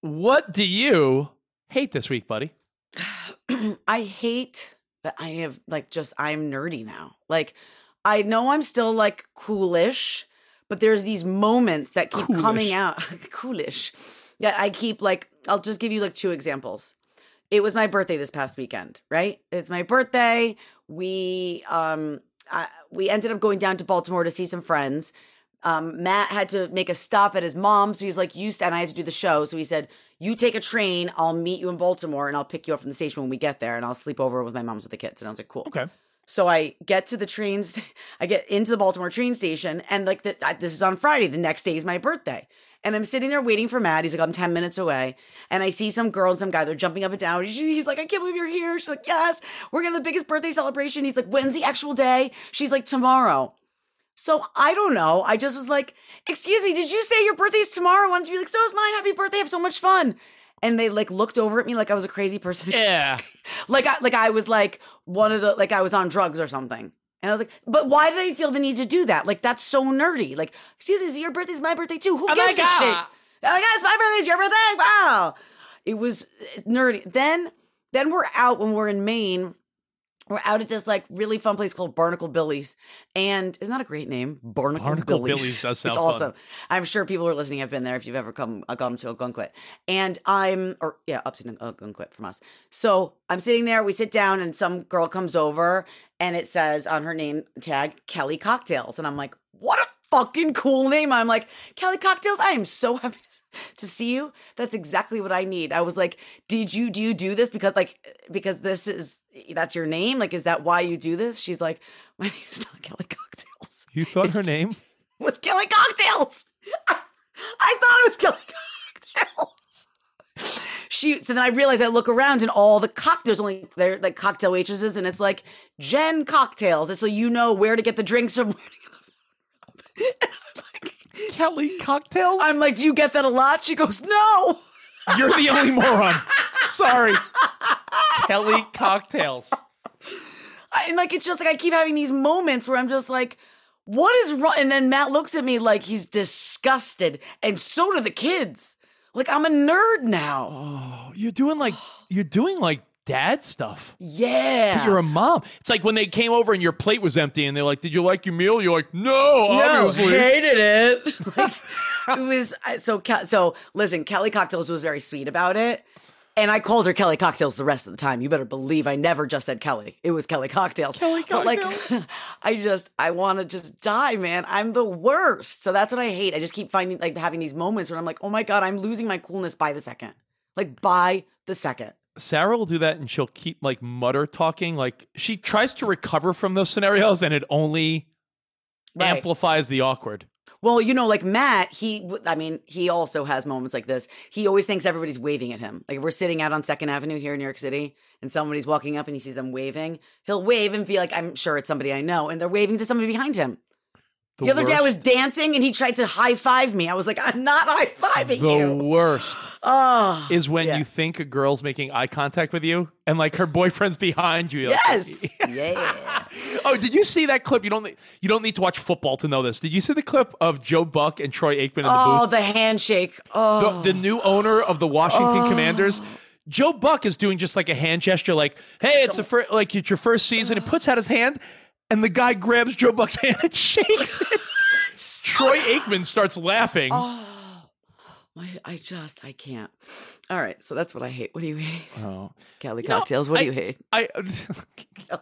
S2: What do you hate this week, buddy?
S1: I hate that I have like just I'm nerdy now. Like I know I'm still like coolish, but there's these moments that keep coming out coolish. That I keep like I'll just give you like two examples. It was my birthday this past weekend, right? It's my birthday. We um I, we ended up going down to Baltimore to see some friends. Um, Matt had to make a stop at his mom's, so he's like, "You st-" and I had to do the show." So he said, "You take a train. I'll meet you in Baltimore, and I'll pick you up from the station when we get there, and I'll sleep over with my mom's with the kids." And I was like, "Cool."
S2: Okay.
S1: So I get to the trains, I get into the Baltimore train station, and like the, I, this is on Friday. The next day is my birthday, and I'm sitting there waiting for Matt. He's like, I'm ten minutes away, and I see some girl and some guy. They're jumping up and down. She- He's like, I can't believe you're here. She's like, Yes, we're gonna have the biggest birthday celebration. He's like, When's the actual day? She's like, Tomorrow. So I don't know. I just was like, excuse me, did you say your birthday's tomorrow? I wanted to be like, so is mine. Happy birthday. Have so much fun. And they like looked over at me like I was a crazy person.
S2: Yeah.
S1: like I like I was like one of the like I was on drugs or something. And I was like, but why did I feel the need to do that? Like that's so nerdy. Like, excuse me, so your birthday's my birthday too. Who
S2: Oh my
S1: gives a shit?
S2: God.
S1: Oh my god, it's my birthday, it's your birthday. Wow. It was eh, nerdy. Then then we're out when we're in Maine. We're out at this like really fun place called Barnacle Billy's. And isn't that a great name? Barnacle,
S2: Barnacle
S1: Billy's.
S2: Billy's does sound
S1: it's
S2: fun.
S1: awesome. I'm sure people who are listening have been there if you've ever come uh, gone to Algonquin. And I'm or yeah, up to Algonquin from us. So I'm sitting there, we sit down, and some girl comes over and it says on her name tag Kelly Cocktails. And I'm like, what a fucking cool name. I'm like, Kelly Cocktails, I am so happy to see you. That's exactly what I need. I was like, did you do you do this because like because this is that's your name? Like, is that why you do this? She's like, my name's not Kelly Cocktails
S2: You thought her name?
S1: was Kelly Cocktails. I, I thought it was Kelly Cocktails. She so then I realized I look around and all the cocktails only they're like cocktail waitresses and it's like Jen cocktails. And so you know where to get the drinks from.
S2: Kelly Cocktails?
S1: I'm like, do you get that a lot? She goes, no.
S2: You're the only moron. Sorry. Kelly Cocktails.
S1: I- and like it's just like I keep having these moments where I'm just like, what is wrong? And then Matt looks at me like he's disgusted, and so do the kids. Like I'm a nerd now.
S2: Oh, You're doing like you're doing like dad stuff.
S1: Yeah,
S2: You're a mom. It's like when they came over and your plate was empty and they're like, "Did you like your meal?" You're like, "No, obviously."
S1: hated it. like, it was I- so. Ke- So listen, Kelly Cocktails was very sweet about it, and I called her Kelly Cocktails the rest of the time. You better believe I never just said Kelly. It was Kelly Cocktails.
S2: Kelly
S1: But like, I just I want to just die, man. I'm the worst. So that's what I hate. I just keep finding like having these moments where I'm like, oh my god, I'm losing my coolness by the second. Like by the second.
S2: Sarah will do that and she'll keep like mutter talking. Like she tries to recover from those scenarios and it only
S1: Right.
S2: amplifies the awkward.
S1: Well, you know, like Matt, he, I mean, he also has moments like this. He always thinks everybody's waving at him. Like if we're sitting out on Second Avenue here in New York City and somebody's walking up and he sees them waving, he'll wave and be like, I'm sure it's somebody I know. And they're waving to somebody behind him. The, other day I was
S2: worst.
S1: dancing and he tried to high five me. I was like, I'm not high fiving
S2: the
S1: you.
S2: worst
S1: Oh,
S2: is when
S1: Yeah.
S2: you think a girl's making eye contact with you and like her boyfriend's behind you. You're like,
S1: yes. yeah.
S2: Oh, did you see that clip? You don't. You don't need to watch football to know this. Did you see the clip of Joe Buck and Troy Aikman in the
S1: Oh,
S2: booth?
S1: the handshake. Oh,
S2: The, the new owner of the Washington Commanders. Joe Buck is doing just like a hand gesture, like, "Hey, it's the first, like it's your first season." It puts out his hand, and the guy grabs Joe Buck's hand and shakes it. Troy Aikman starts laughing.
S1: Oh. My, I just, I can't. All right, so that's what I hate. What do you hate?
S2: Oh.
S1: Cali
S2: know,
S1: cocktails. What
S2: I-
S1: do you hate?
S2: I.
S1: Cali-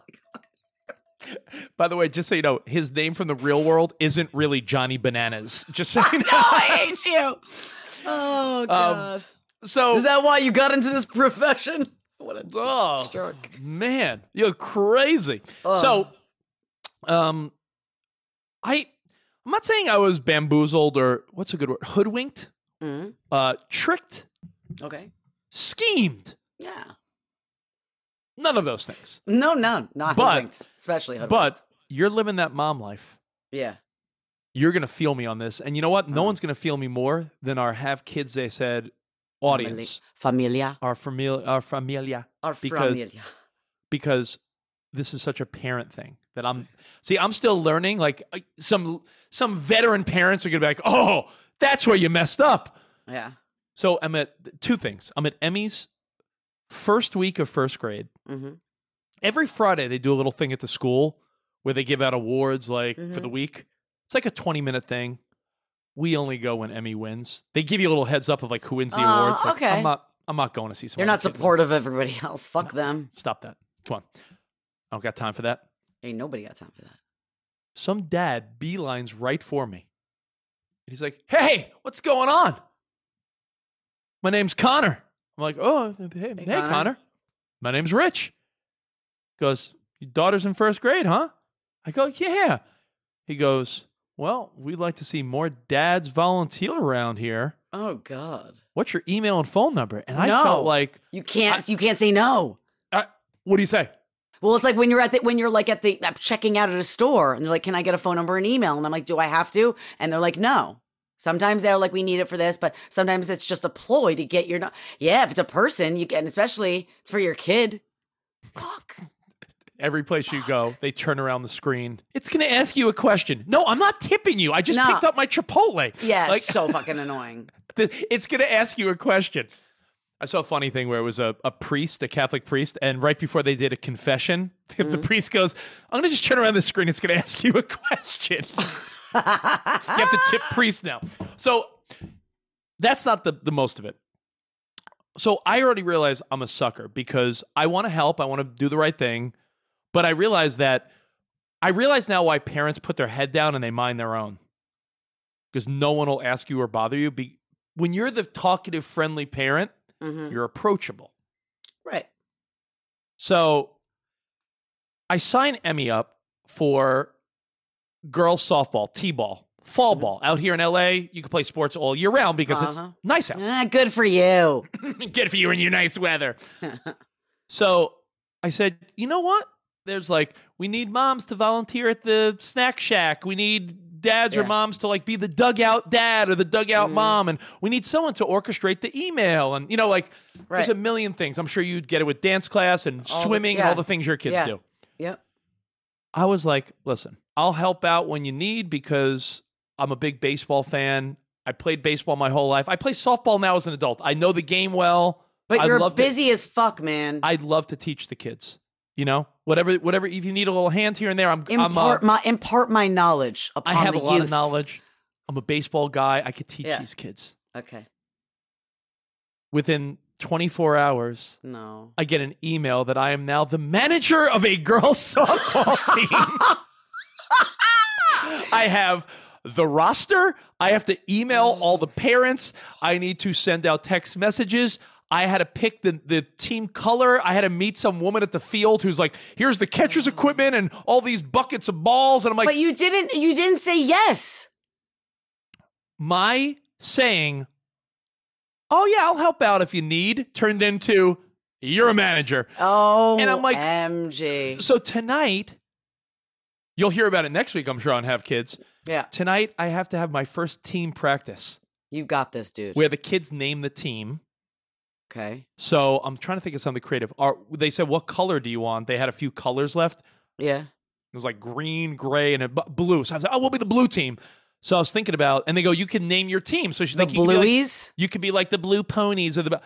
S2: By the way, just so you know, his name from the real world isn't really Johnny Bananas. Just so you know.
S1: No, I hate you.
S2: Um,
S1: Oh God.
S2: So
S1: Is that why you got into this profession? What a
S2: Oh,
S1: jerk.
S2: man, you're crazy. So, um, I I'm not saying I was bamboozled or what's a good word, hoodwinked,
S1: Mhm.
S2: uh, tricked,
S1: Okay.
S2: schemed.
S1: Yeah.
S2: None of those things.
S1: No, no, not
S2: But-
S1: hoodwinked, especially hoodwinked.
S2: But you're living that mom life.
S1: yeah,
S2: You're gonna feel me on this, and you know what? No
S1: Mm.
S2: one's gonna feel me more than our have kids. They said audience,
S1: familia,
S2: our familia, our familia,
S1: or
S2: Because-
S1: familia.
S2: because this is such a parent thing that I'm see I'm still learning like I- some some veteran parents are going to be like, "Oh, that's where you messed up."
S1: Yeah.
S2: So I'm at two things. I'm at Emmy's first week of first grade.
S1: Mm-hmm.
S2: Every Friday they do a little thing at the school where they give out awards like for
S1: Mm-hmm.
S2: the week. It's like a 20-minute thing. We only go when Emmy wins. They give you a little heads up of like who wins the
S1: Oh,
S2: awards. Like,
S1: okay.
S2: I'm not I'm not going to see someone.
S1: You're not supportive of everybody else. Fuck them.
S2: Stop that. Come on. I don't got time for that.
S1: Ain't nobody got time for that.
S2: some dad beelines right for me. And he's like, Hey, what's going on? My name's Connor. I'm like, Oh, hey, hey, Connor.
S1: Connor."
S2: My name's Rich. Goes, Your daughter's in first grade, huh? I go, Yeah. He goes, Well, we'd like to see more dads volunteer around here.
S1: Oh God.
S2: What's your email and phone number? And I
S1: No.
S2: felt like,
S1: You can't. you can't say no.
S2: I, What do you say?
S1: Well, it's like when you're at the when you're like at the I'm checking out at a store, and they're like, "Can I get a phone number and email?" And I'm like, "Do I have to?" And they're like, "No." Sometimes they're like, "We need it for this," but sometimes it's just a ploy to get your. nu- Yeah, if it's a person, you can, especially it's for your kid. Fuck.
S2: Every place you go, they turn around the screen. It's going to ask you a question. No, I'm not tipping you. I just
S1: No.
S2: picked up my Chipotle.
S1: Yeah,
S2: Like-
S1: it's so fucking annoying.
S2: Th- it's going to ask you a question. I saw a funny thing where it was a, a priest, a Catholic priest, and right before they did a confession, the priest goes, I'm going to just turn around the screen. It's going to ask you a question. you
S1: Mm-hmm.
S2: have to tip priest now. So that's not the, the most of it. So I already realize I'm a sucker because I want to help, I want to do the right thing, but I realize that I realize now why parents put their head down and they mind their own. Because no one will ask you or bother you. Be- when you're the talkative, friendly parent,
S1: hmm
S2: you're approachable.
S1: Right.
S2: So I sign Emmy up for girls softball, t-ball, fall ball. Out here in LA, you can play sports all year round because
S1: Mm-hmm. Uh-huh.
S2: it's nice out.
S1: Ah, good for you.
S2: Good for you in your nice weather. so I said, you know what? There's like, we need moms to volunteer at the snack shack. We need dads or
S1: Yeah. Mm-hmm.
S2: moms to like be the dugout dad or the dugout mom. And we need someone to orchestrate the email. And, you know, like, there's
S1: Right.
S2: a million things. I'm sure you'd get it with dance class and
S1: All the-
S2: swimming and
S1: yeah.
S2: all the things your kids
S1: Yeah.
S2: do.
S1: Yep.
S2: I was like, listen, I'll help out when you need because I'm a big baseball fan. I played baseball my whole life. I play softball now as an adult. I know the game well.
S1: But
S2: I
S1: you're
S2: loved it.
S1: busy as fuck, man.
S2: I'd love to teach the kids. You know, whatever, whatever. If you need a little hand here and there, I'm. I'm uh,
S1: impart my impart my knowledge upon
S2: I have a
S1: the
S2: lot
S1: youth.
S2: of knowledge. I'm a baseball guy. I could teach
S1: Yeah.
S2: these kids.
S1: Okay.
S2: Within 24 hours,
S1: No.
S2: I get an email that I am now the manager of a girls softball team. I have the roster. I have to email all the parents. I need to send out text messages. I had to pick the, the team color. I had to meet some woman at the field who's like, here's the catcher's equipment and all these buckets of balls. And I'm like,
S1: but you didn't you didn't say yes.
S2: my saying, oh, yeah, I'll help out if you need, turned into, you're a manager.
S1: Oh,
S2: And I'm like-
S1: MG.
S2: So tonight, you'll hear about it next week, I'm sure, on Have Kids.
S1: Yeah,
S2: Tonight, I have to have my first team practice
S1: you got this, dude.
S2: where the kids name the team.
S1: okay.
S2: So I'm trying to think of something creative. Are, they said, What color do you want? They had a few colors left. It
S1: Yeah.
S2: was like green, gray, and a, bu- blue. So I was like, Oh, we'll be the blue team. So I was thinking about, and they go, You can name your team. So she's
S1: The
S2: like, you can be like-
S1: blueies?
S2: You could be like the blue ponies or the.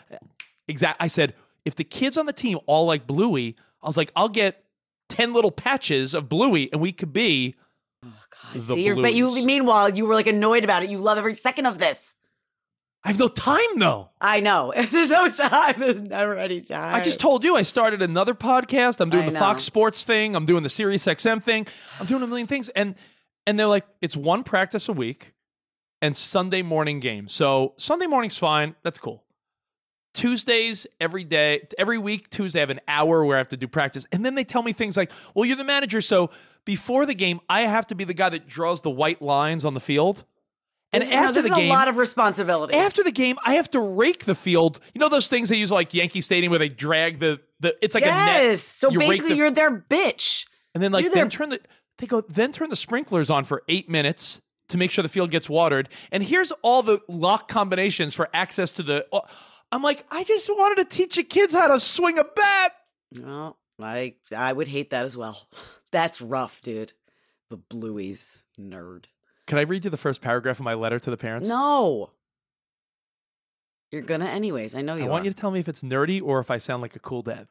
S2: Exact. I said, if the kids on the team all like Bluey, I was like, I'll get 10 little patches of Bluey and we could be Oh,
S1: I see. you're- But you,
S2: Blues.
S1: meanwhile, you were like annoyed about it. You love every second of this.
S2: I have no time though.
S1: I know. There's no time. There's never any time.
S2: I just told you I started another podcast. I'm doing
S1: I
S2: the
S1: know.
S2: Fox Sports thing. I'm doing the Sirius XM thing. I'm doing a million things. And and they're like, it's one practice a week and Sunday morning game. So Sunday morning's fine. That's cool. Tuesdays every day, every week, Tuesday, I have an hour where I have to do practice. And then they tell me things like, well, you're the manager. So before the game, I have to be the guy that draws the white lines on the field. And
S1: This- no,
S2: after
S1: this
S2: the
S1: is
S2: game,
S1: a lot of responsibility.
S2: after the game, I have to rake the field. You know those things they use like Yankee Stadium where they drag the the. It's like
S1: yes.
S2: a net.
S1: So
S2: You rake
S1: basically,
S2: the-
S1: you're their bitch.
S2: and then like
S1: you're
S2: then
S1: their-
S2: turn the they go then turn the sprinklers on for eight minutes to make sure the field gets watered. And here's all the lock combinations for access to the. oh, I'm like, I just wanted to teach the kids how to swing a bat.
S1: No, I I would hate that as well. That's rough, dude. The Blueies nerd.
S2: Can I read you the first paragraph of my letter to the parents?
S1: No. You're gonna anyways. I know you
S2: I want
S1: are.
S2: you to tell me if it's nerdy or if I sound like a cool dad.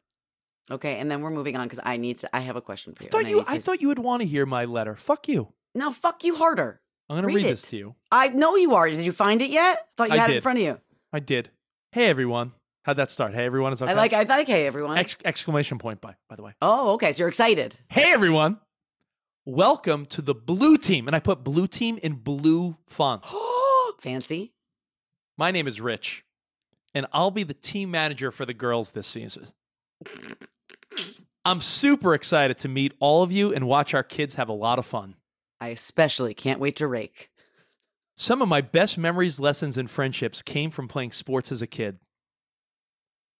S1: Okay, and then we're moving on because I need to I have a question for you.
S2: I thought
S1: and
S2: you,
S1: need
S2: I
S1: to-
S2: thought you would want to hear my letter. Fuck you.
S1: Now fuck you harder.
S2: I'm gonna
S1: Read
S2: read, this
S1: it.
S2: to you.
S1: I know you are. Did you find it yet? Thought you
S2: I
S1: had it in
S2: did.
S1: front of you.
S2: I did. Hey everyone, how'd that start? Hey everyone, is
S1: I like I like hey everyone.
S2: Ex- exclamation point by by the way.
S1: oh, okay. So you're excited.
S2: Hey everyone. Welcome to the blue team. And I put blue team in blue font.
S1: Fancy.
S2: My name is Rich, and I'll be the team manager for the girls this season. I'm super excited to meet all of you and watch our kids have a lot of fun.
S1: I especially can't wait to rake.
S2: Some of my best memories, lessons, and friendships came from playing sports as a kid.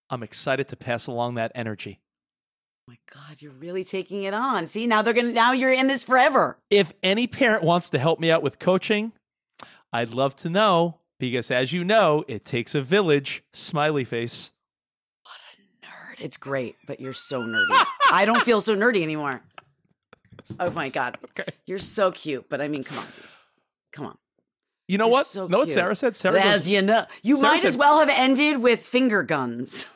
S2: I'm excited to pass along that energy.
S1: Oh my God, you're really taking it on. See, now they're gonna now you're in this forever.
S2: If any parent wants to help me out with coaching, I'd love to know because, as you know, it takes a village. Smiley face.
S1: Nerd. It's great, but you're so nerdy. I don't feel so nerdy anymore. Oh my God.
S2: Okay.
S1: You're so cute, but I mean, come on. Come on.
S2: You know
S1: You're
S2: what?
S1: so
S2: know what
S1: cute.
S2: Sarah said? Sarah
S1: As
S2: goes,
S1: you know, you
S2: Sarah
S1: might
S2: said-
S1: as well have ended with finger guns.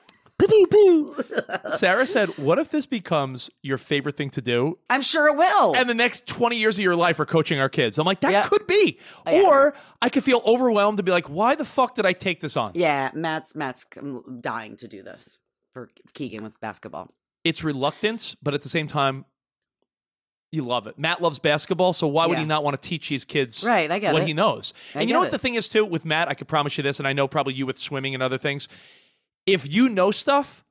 S2: Sarah said, What if this becomes your favorite thing to do?
S1: I'm sure it will.
S2: And the next 20 years of your life are coaching our kids. I'm like, That
S1: Yeah.
S2: could be.
S1: Yeah.
S2: Or I could feel overwhelmed to be like, Why the fuck did I take this on?
S1: yeah, Matt's Matt's um, dying to do this for Keegan with basketball.
S2: It's reluctance, but at the same time, you love it. Matt loves basketball, so why would
S1: Yeah.
S2: he not want to teach his kids
S1: Right, I get
S2: what
S1: it.
S2: he knows?
S1: I
S2: and you
S1: get
S2: know what
S1: it.
S2: the thing is too with Matt, I could promise you this, and I know probably you with swimming and other things. If you know stuff,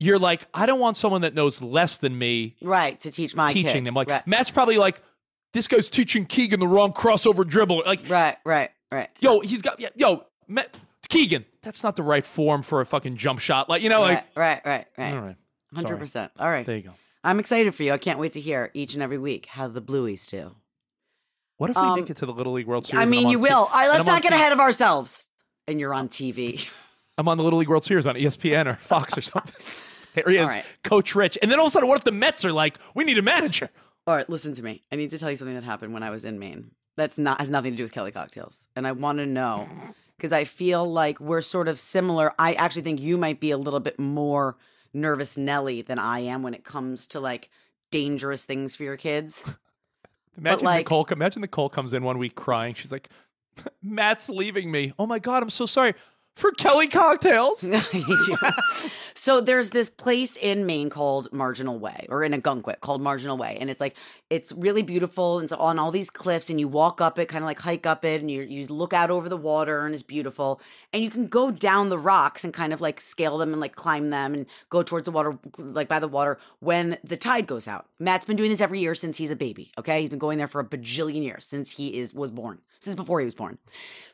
S2: you're like, I don't want someone that knows less than me
S1: Right, to teach my
S2: teaching
S1: kid.
S2: them. Like
S1: right,
S2: Matt's probably like, this guy's teaching Keegan the wrong crossover dribble. Like,
S1: right, right, right.
S2: yo, he's got yeah, yo, Matt, Keegan, that's not the right form for a fucking jump shot. Like, you know, like,
S1: right, right, right,
S2: all
S1: right.
S2: right,
S1: Hundred
S2: sorry.
S1: percent. All right,
S2: There you go.
S1: I'm excited for you. I can't wait to hear each and every week how the Blueies do.
S2: What if we
S1: Um,
S2: make it to the Little League World Series?
S1: I
S2: and I'm
S1: mean,
S2: on
S1: you
S2: t-
S1: will. All right,
S2: and
S1: let's
S2: I'm on
S1: not get
S2: t-
S1: ahead of ourselves. And you're on TV.
S2: I'm on the Little League World Series on E ESPN or Fox or something. There he
S1: All
S2: is,
S1: right.
S2: Coach Rich. And then all of a sudden, what if the Mets are like, we need a manager?
S1: All right, listen to me. I need to tell you something that happened when I was in Maine. That's not has nothing to do with Kelly cocktails, and I want to know because I feel like we're sort of similar. I actually think you might be a little bit more nervous Nelly than I am when it comes to like dangerous things for your kids.
S2: Imagine
S1: like-
S2: Nicole. Imagine Nicole comes in one week crying. She's like, Matt's leaving me. Oh my god, I'm so sorry for Kelly cocktails.
S1: I hate you. so there's this place in Maine called Marginal Way, or in Agunquit called Marginal Way, and it's like it's really beautiful. and It's on all these cliffs, and you walk up it, kind of like hike up it, and you you look out over the water, and it's beautiful. And you can go down the rocks and kind of like scale them and like climb them and go towards the water, like by the water when the tide goes out. Matt's been doing this every year since he's a baby. Okay, he's been going there for a bajillion years since he is was born, since before he was born.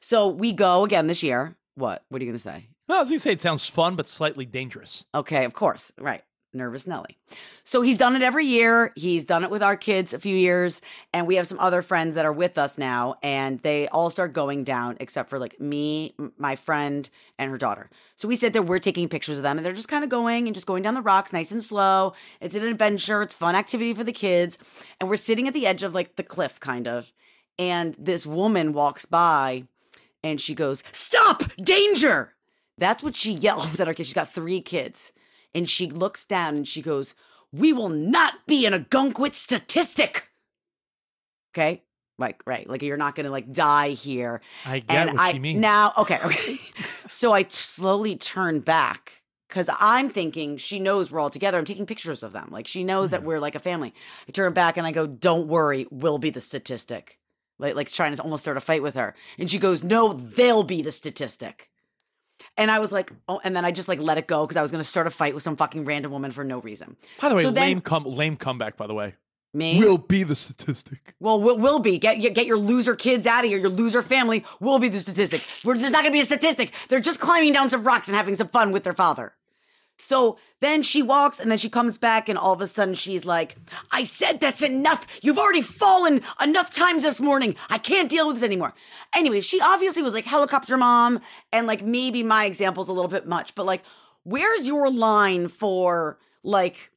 S1: So we go again this year. What? What are you gonna say?
S2: No, as you say, it sounds fun but slightly dangerous.
S1: Okay, of course. Right. Nervous Nelly. So he's done it every year. He's done it with our kids a few years. And we have some other friends that are with us now. And they all start going down, except for like me, m- my friend, and her daughter. So we sit there, we're taking pictures of them. And they're just kind of going and just going down the rocks nice and slow. It's an adventure, it's fun activity for the kids. And we're sitting at the edge of like the cliff, kind of. And this woman walks by and she goes, Stop! Danger! That's what she yells at her kids. She's got three kids. and she looks down and she goes, We will not be an Agunquit statistic. Okay. Like, right. Like, you're not going to like die here.
S2: I get
S1: and
S2: what
S1: I,
S2: she means.
S1: Now, okay. Okay. so I t- slowly turn back because I'm thinking she knows we're all together. I'm taking pictures of them. Like, she knows
S2: Hmm.
S1: that we're like a family. I turn back and I go, Don't worry, we'll be the statistic. Like, like trying to almost start a fight with her. And she goes, No, they'll be the statistic. And I was like, oh, and then I just like let it go because I was going to start a fight with some fucking random woman for no reason.
S2: By the way,
S1: so then-
S2: lame come lame comeback. By the way,
S1: Me?
S2: will be the statistic.
S1: Well, we'll, we'll be. Get, get get your loser kids out of here. Your loser family will be the statistic. We're, there's not going to be a statistic. They're just climbing down some rocks and having some fun with their father. So then she walks and then she comes back, and all of a sudden she's like, I said that's enough. You've already fallen enough times this morning. I can't deal with this anymore. Anyway, she obviously was like helicopter mom, and like maybe my example's a little bit much, but like, where's your line for like,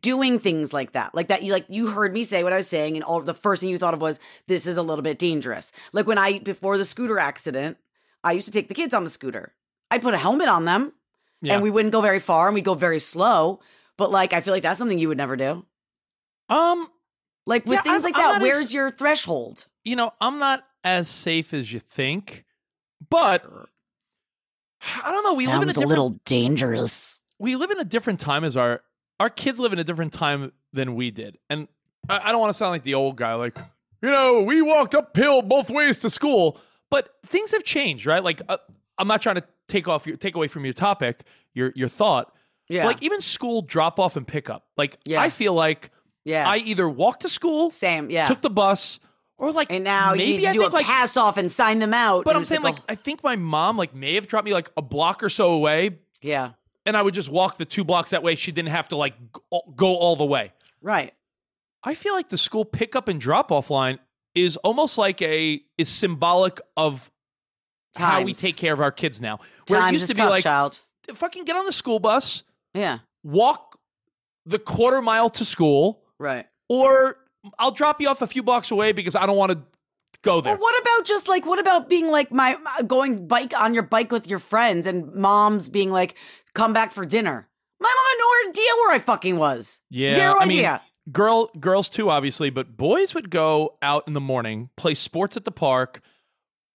S1: doing things like that like that you like you heard me say what i was saying and all the first thing you thought of was this is a little bit dangerous like when i before the scooter accident i used to take the kids on the scooter i put a helmet on them
S2: Yeah.
S1: and we wouldn't go very far and we'd go very slow but like i feel like that's something you would never do
S2: Um,
S1: like with
S2: Yeah,
S1: things
S2: I'm-
S1: like
S2: I'm
S1: that
S2: not
S1: where's
S2: as-
S1: your threshold
S2: you know, I'm not as safe as you think, but I don't know. We live in a different
S1: dangerous
S2: we live in a different time as our our kids live in a different time than we did and i, I don't want to sound like the old guy like you know we walked uphill both ways to school but things have changed right like uh, i'm not trying to take off your take away from your topic your your thought
S1: yeah
S2: like even school drop off and pick up like
S1: Yeah.
S2: i feel like
S1: yeah
S2: i either walked to school
S1: same yeah
S2: took the bus or like
S1: and now
S2: maybe
S1: you need to
S2: I
S1: do a
S2: think like
S1: pass off and sign them out
S2: but
S1: and "Oh."
S2: i'm
S1: it's
S2: saying like i think my mom like may have dropped me like a block or so away
S1: oh, yeah
S2: and I would just walk the two blocks that way. She didn't have to like g- go all the way.
S1: right
S2: I feel like the school pickup and drop off line is almost like a is symbolic of how we
S1: Times.
S2: take care of our kids now. Where
S1: times
S2: it used
S1: is
S2: to be
S1: tough
S2: like
S1: child
S2: fucking get on the school bus,
S1: yeah
S2: walk the quarter mile to school,
S1: right
S2: or I'll drop you off a few blocks away because I don't want to go there.
S1: Well, what about just like what about being like my my- going bike on your bike with your friends and moms being like, come back for dinner. My mom had no idea where I fucking was.
S2: Yeah,
S1: zero
S2: I mean,
S1: idea.
S2: girl girls too obviously but boys would go out in the morning play sports at the park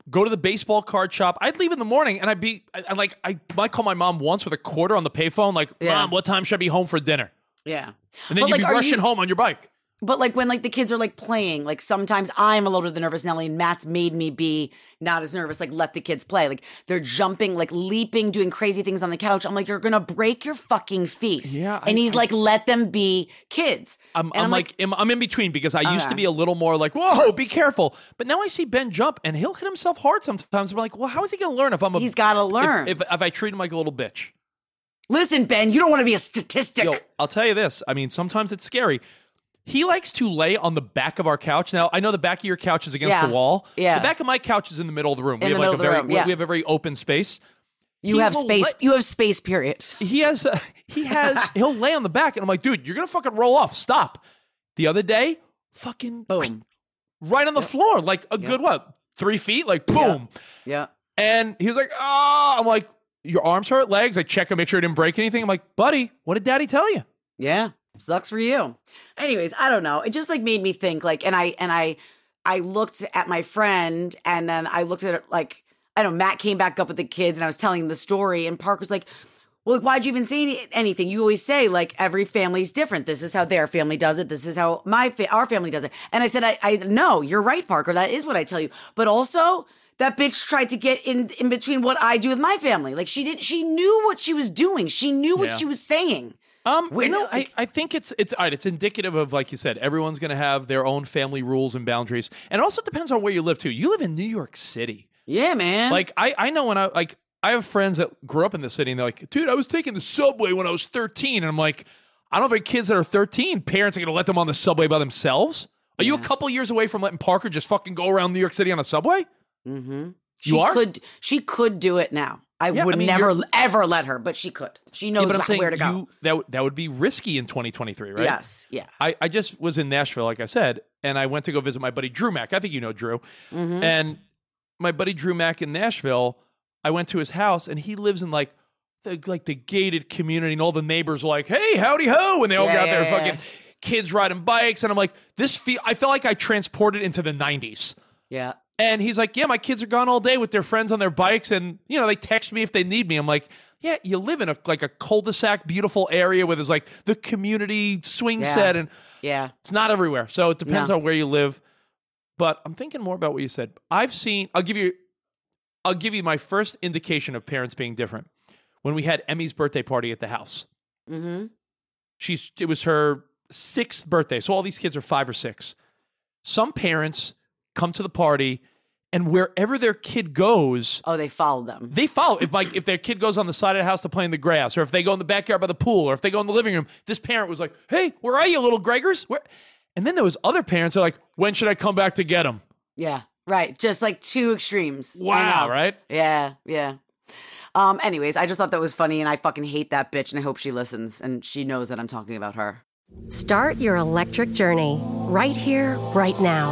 S2: go to the baseball card shop i'd leave in the morning and i'd be I, I like i might call my mom once with a quarter on the payphone like
S1: Yeah.
S2: mom what time should i be home for dinner
S1: yeah,
S2: and
S1: But,
S2: then you'd
S1: like,
S2: be
S1: are
S2: rushing
S1: you-
S2: home on your bike
S1: but like when like the kids are like playing, like sometimes I'm a little bit of the nervous Nelly, and Matt's made me be not as nervous. Like let the kids play. Like they're jumping, like leaping, doing crazy things on the couch. I'm like, you're gonna break your fucking face.
S2: Yeah, I-
S1: and he's like, let them be kids.
S2: i'm,
S1: And
S2: I'm, like, I'm, I'm in between because i used to
S1: Okay.
S2: be a little more like whoa be careful but now i see ben jump and he'll hit himself hard sometimes i'm like well how is he gonna learn if i'm a
S1: he's got to learn.
S2: if, if, if i treat him like a little bitch
S1: Listen, Ben, you don't want to be a statistic.
S2: Yo, I'll tell you this. I mean, sometimes it's scary. He likes to lay on the back of our couch. Now, I know the back of your couch is against
S1: Yeah.
S2: the wall.
S1: Yeah.
S2: The back of my couch is in the middle of the room.
S1: In
S2: we
S1: the
S2: have
S1: middle
S2: like
S1: of
S2: a
S1: the
S2: very
S1: room,
S2: we-
S1: yeah.
S2: we have a very open space.
S1: You
S2: He
S1: have
S2: will
S1: space.
S2: let-
S1: you have space. Period.
S2: He has uh, he has he'll lay on the back and I'm like, "Dude, you're going to fucking roll off. Stop." The other day, fucking
S1: Boom.
S2: right on the floor, like a good what? 3 feet, like boom.
S1: Yeah.
S2: And he was like, "Ah." I'm like, "Your arms hurt, legs." I check and make sure it didn't break anything. I'm like, "Buddy, what did daddy tell you?"
S1: Yeah. Sucks for you. Anyways, I don't know. It just like made me think. Like, and I and I I looked at my friend, and then I looked at like I don't. know, Matt came back up with the kids, and I was telling the story, and Park was like. Well, like, why'd you even say any- anything? You always say like every family's different. This is how their family does it. This is how my fa- our family does it. And I said, I, I no, you're right, Parker. That is what I tell you. But also, that bitch tried to get in in between what I do with my family. Like she didn't. She knew what she was doing. She knew what
S2: Yeah.
S1: she was saying.
S2: Um,
S1: We're
S2: you know,
S1: not,
S2: I,
S1: like-
S2: I think it's it's all right, it's indicative of like you said, everyone's going to have their own family rules and boundaries, and it also depends on where you live too. You live in New York City,
S1: Yeah, man.
S2: like I I know when I like I have friends that grew up in the city, and they're like, dude, I was taking the subway when I was thirteen, and I'm like, I don't think kids that are thirteen, parents are going to let them on the subway by themselves. Are you a couple years away from letting Parker just fucking go around New York City on a subway?
S1: mm-hmm. she
S2: You are?
S1: could she could do it now. I
S2: Yeah,
S1: would
S2: I mean,
S1: never
S2: you're-
S1: ever let her, but she could. She knows
S2: but I'm
S1: wh-
S2: saying
S1: where to go.
S2: you, that w- that would be risky in 2023, right?
S1: Yes, yeah.
S2: I, I just was in Nashville, like I said, and I went to go visit my buddy Drew Mack. I think you know Drew.
S1: Mm-hmm.
S2: And my buddy Drew Mack in Nashville, I went to his house and he lives in like the, like the gated community and all the neighbors were like, hey, howdy ho. And they all
S1: Yeah,
S2: got their
S1: yeah, yeah.
S2: fucking kids riding bikes. And I'm like, this feel, I felt like I transported into the 90s.
S1: Yeah.
S2: And he's like, yeah, my kids are gone all day with their friends on their bikes. And, you know, they text me if they need me. I'm like, yeah, you live in a like a cul-de-sac beautiful area where there's like the community swing
S1: Yeah.
S2: set and
S1: Yeah.
S2: it's not everywhere. So it depends
S1: No.
S2: on where you live. But I'm thinking more about what you said. I've seen I'll give you I'll give you my first indication of parents being different. When we had Emmy's birthday party at the house.
S1: Mm-hmm.
S2: She's it was her sixth birthday. So all these kids are five or six. Some parents come to the party and wherever their kid goes,
S1: Oh, they followed them.
S2: they follow. If like if their kid goes on the side of the house to play in the grass, or if they go in the backyard by the pool, or if they go in the living room, this parent was like, "Hey, where are you, little Gregors?" Where? And then there was other parents that are like, "When should I come back to get him?"
S1: Yeah. Right. Just like two extremes. I
S2: Wow,
S1: know.
S2: right?
S1: Yeah. Yeah. Um, anyways, I just thought that was funny and I fucking hate that bitch and I hope she listens and she knows that I'm talking about her.
S4: Start your electric journey right here, right now.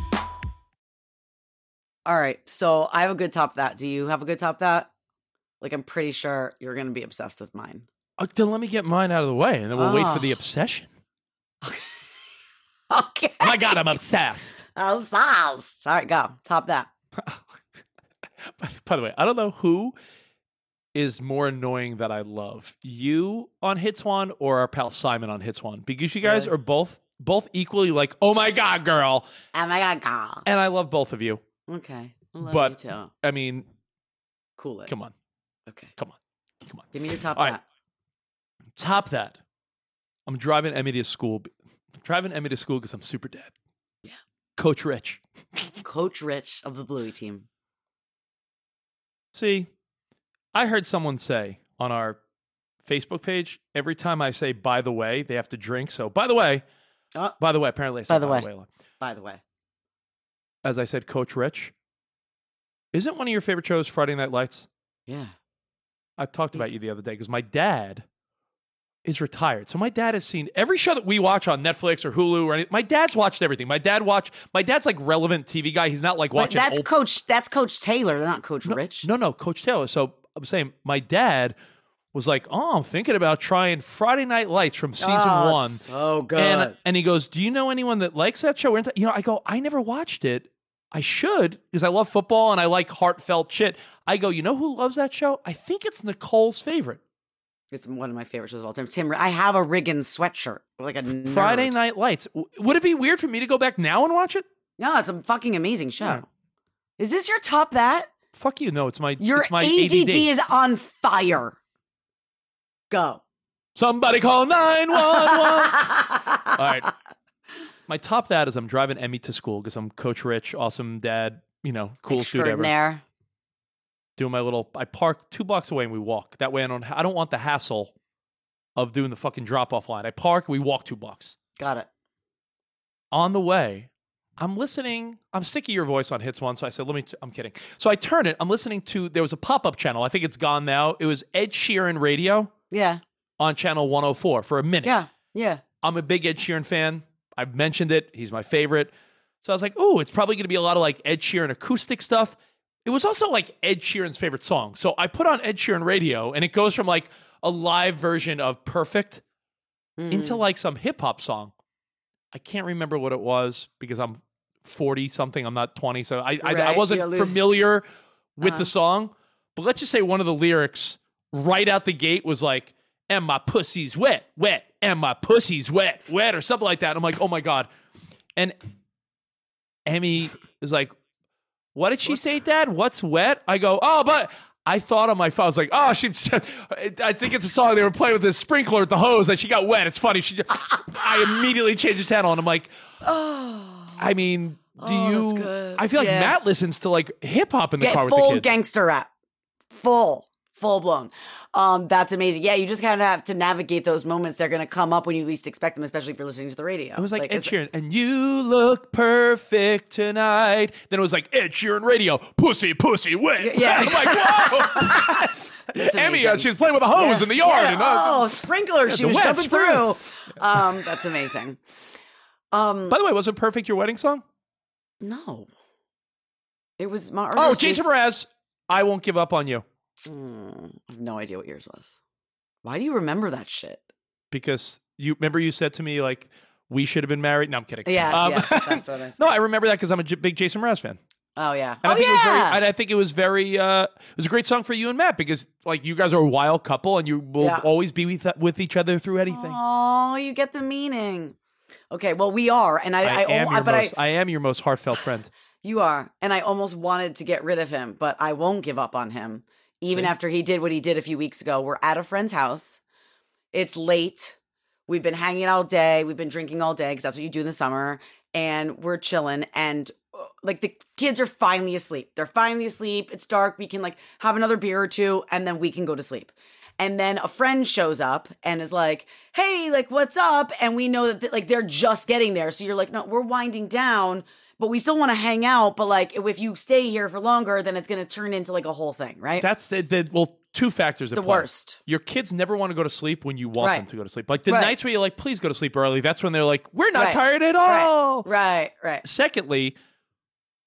S1: All right. So I have a good top that. Do you have a good top that? Like I'm pretty sure you're gonna be obsessed with mine.
S2: Uh, then let me get mine out of the way, and then we'll wait for
S1: Ah.
S2: the obsession.
S1: Okay.
S2: My God, I'm obsessed.
S1: I'm sauce. All right, go. Top that.
S2: By the way, I don't know who is more annoying that I love you on Hits One or our pal Simon on Hits One because you guys
S1: Really?
S2: are both both equally like, oh my God, girl,
S1: Oh my god, girl.
S2: and I love both of you.
S1: Okay. I love
S2: But-
S1: you too.
S2: I mean,
S1: Cool it.
S2: come on,
S1: Okay.
S2: come on, come on.
S1: Give me your top
S2: All right.
S1: that.
S2: top that, I'm driving Emmy to school. I'm driving Emmy to school because I'm super dad.
S1: Yeah.
S2: Coach Rich.
S1: Coach Rich of the Bluey team.
S2: See, I heard someone say on our Facebook page every time I say "by the way," they have to drink. So, by the way,
S1: Oh.
S2: by the way, apparently I said
S1: By the way.
S2: a lot.
S1: By the way.
S2: as I said, Coach Rich. Isn't one of your favorite shows Friday Night Lights?
S1: Yeah.
S2: I talked about
S1: He's-
S2: you the other day because my dad is retired. So my dad has seen every show that we watch on Netflix or Hulu or anything. My dad's watched everything. My dad watched my dad's like relevant TV guy. He's not like
S1: But
S2: watching
S1: that's
S2: old-
S1: Coach that's Coach Taylor, not Coach
S2: no,
S1: Rich.
S2: No, no, Coach Taylor. So I'm saying my dad was like, "Oh, I'm thinking about trying Friday Night Lights from season
S1: Oh,
S2: one."
S1: it's So good.
S2: And, and he goes, Do you know anyone that likes that show? We're into- You know, I go, I never watched it. I should because I love football and I like heartfelt shit. I go, You know who loves that show? I think it's Nicole's favorite.
S1: it's one of my favorite shows of all time. Tim I have a Riggins sweatshirt. Like a nerd.
S2: Friday Night Lights. W- Would it be weird for me to go back now and watch it?
S1: No, it's a fucking amazing show.
S2: Yeah.
S1: Is this your top that?
S2: Fuck you. No, it's my,
S1: Your
S2: it's my
S1: ADD is on fire. Go.
S2: Somebody call 911.
S1: All
S2: All right. My top that is I'm driving Emmy to school because I'm Coach Rich, awesome dad, you know, cool dude ever.
S1: Extraordinaire.
S2: Doing my little, I park two blocks away and we walk. That way I don't, I don't want the hassle of doing the fucking drop off line. I park, we walk two blocks.
S1: Got it.
S2: On the way, I'm listening. I'm sick of your voice on hits one, so I said, "Let me." T- I'm kidding. So I turn it. I'm listening to. There was a pop up channel. I think it's gone now. It was Ed Sheeran radio
S1: Yeah.
S2: on channel 104 for a minute.
S1: Yeah. Yeah.
S2: I'm a big Ed Sheeran fan. I've mentioned it. He's my favorite. So I was like, ooh, it's probably going to be a lot of like Ed Sheeran acoustic stuff. It was also like Ed Sheeran's favorite song. So I put on Ed Sheeran radio and it goes from like a live version of Perfect
S1: Mhm.
S2: into like some hip hop song. I can't remember what it was because I'm 40 something. I'm not 20. So I, I, I
S1: Right,
S2: wasn't
S1: you're lo-
S2: familiar with
S1: Uh-huh.
S2: the song. But let's just say one of the lyrics right out the gate was like, and my pussy's wet, wet, and my pussy's wet, wet, or something like that. I'm like, oh my God. And Emmy is like, what did she say, Dad? What's wet? I go, oh, but I thought on my phone, I was like, oh, she said, I think it's a song they were playing with the sprinkler at the hose that she got wet. It's funny. She just, I immediately changed the channel and I'm like, oh, I mean, do
S1: Oh, that's
S2: you?
S1: good.
S2: I feel like
S1: Yeah.
S2: Matt listens to like hip hop in the
S1: Get
S2: car with the
S1: full
S2: kids.
S1: gangster rap, full, full blown. Um, that's amazing. Yeah, you just kind of have to navigate those moments. They're going to come up when you least expect them, especially if you're listening to the radio.
S2: It was like, Ed
S1: it's-
S2: Sheeran, and you look perfect tonight. Then it was like Ed Sheeran radio, pussy, pussy, wet.
S1: yeah.
S2: I'm like, whoa.
S1: That's
S2: Emmy, uh,
S1: amazing.
S2: she was playing with a hose in the yard.
S1: Yeah,
S2: and, uh,
S1: oh, sprinkler!
S2: yeah,
S1: She
S2: the
S1: was
S2: wet
S1: jumping
S2: sprinkler.
S1: through. Um, that's amazing.
S2: By the way, wasn't perfect your wedding song?
S1: No, it was my.
S2: Oh,
S1: Arthur's
S2: Jason
S1: Case-
S2: Mraz, I won't give up on you
S1: Mm, I have no idea what yours was. Why do you remember that shit?
S2: because you remember you said to me like we should have been married. No, I'm kidding. Um,
S1: Yes, yes, that's what I said.
S2: No, I remember that because I'm a j- big Jason Mraz fan.
S1: Oh yeah.
S2: And
S1: oh
S2: I think
S1: yeah.
S2: it was very, and I think it was very, uh, it was a great song for you and Matt because like you guys are a wild couple and you will
S1: Yeah.
S2: always be with, with each other through anything.
S1: Oh, you get the meaning. Okay, well we are, and I, oh,
S2: I,
S1: I,
S2: am
S1: al-
S2: your
S1: but
S2: most,
S1: I,
S2: I, am your most heartfelt friend.
S1: you are, and I almost wanted to get rid of him, but I won't give up on him, even after he did what he did a few weeks ago. We're at a friend's house. It's late. We've been hanging all day. We've been drinking all day because that's what you do in the summer, and we're chilling. And uh, like the kids are finally asleep. They're finally asleep. It's dark. We can like have another beer or two, and then we can go to sleep. And then a friend shows up and is like, hey, like, what's up? And we know that, like, they're just getting there. So you're like, no, we're winding down, but we still want to hang out. But, like, if you stay here for longer, then it's going to turn into like a whole thing, right?
S2: That's the, the well, two factors. at
S1: The
S2: play.
S1: worst.
S2: Your kids never want to go to sleep when you want
S1: Right.
S2: them to go to sleep. Like the
S1: Right.
S2: nights where you're like, please go to sleep early. That's when they're like, we're not
S1: Right.
S2: tired at all.
S1: Right, right.
S2: Secondly,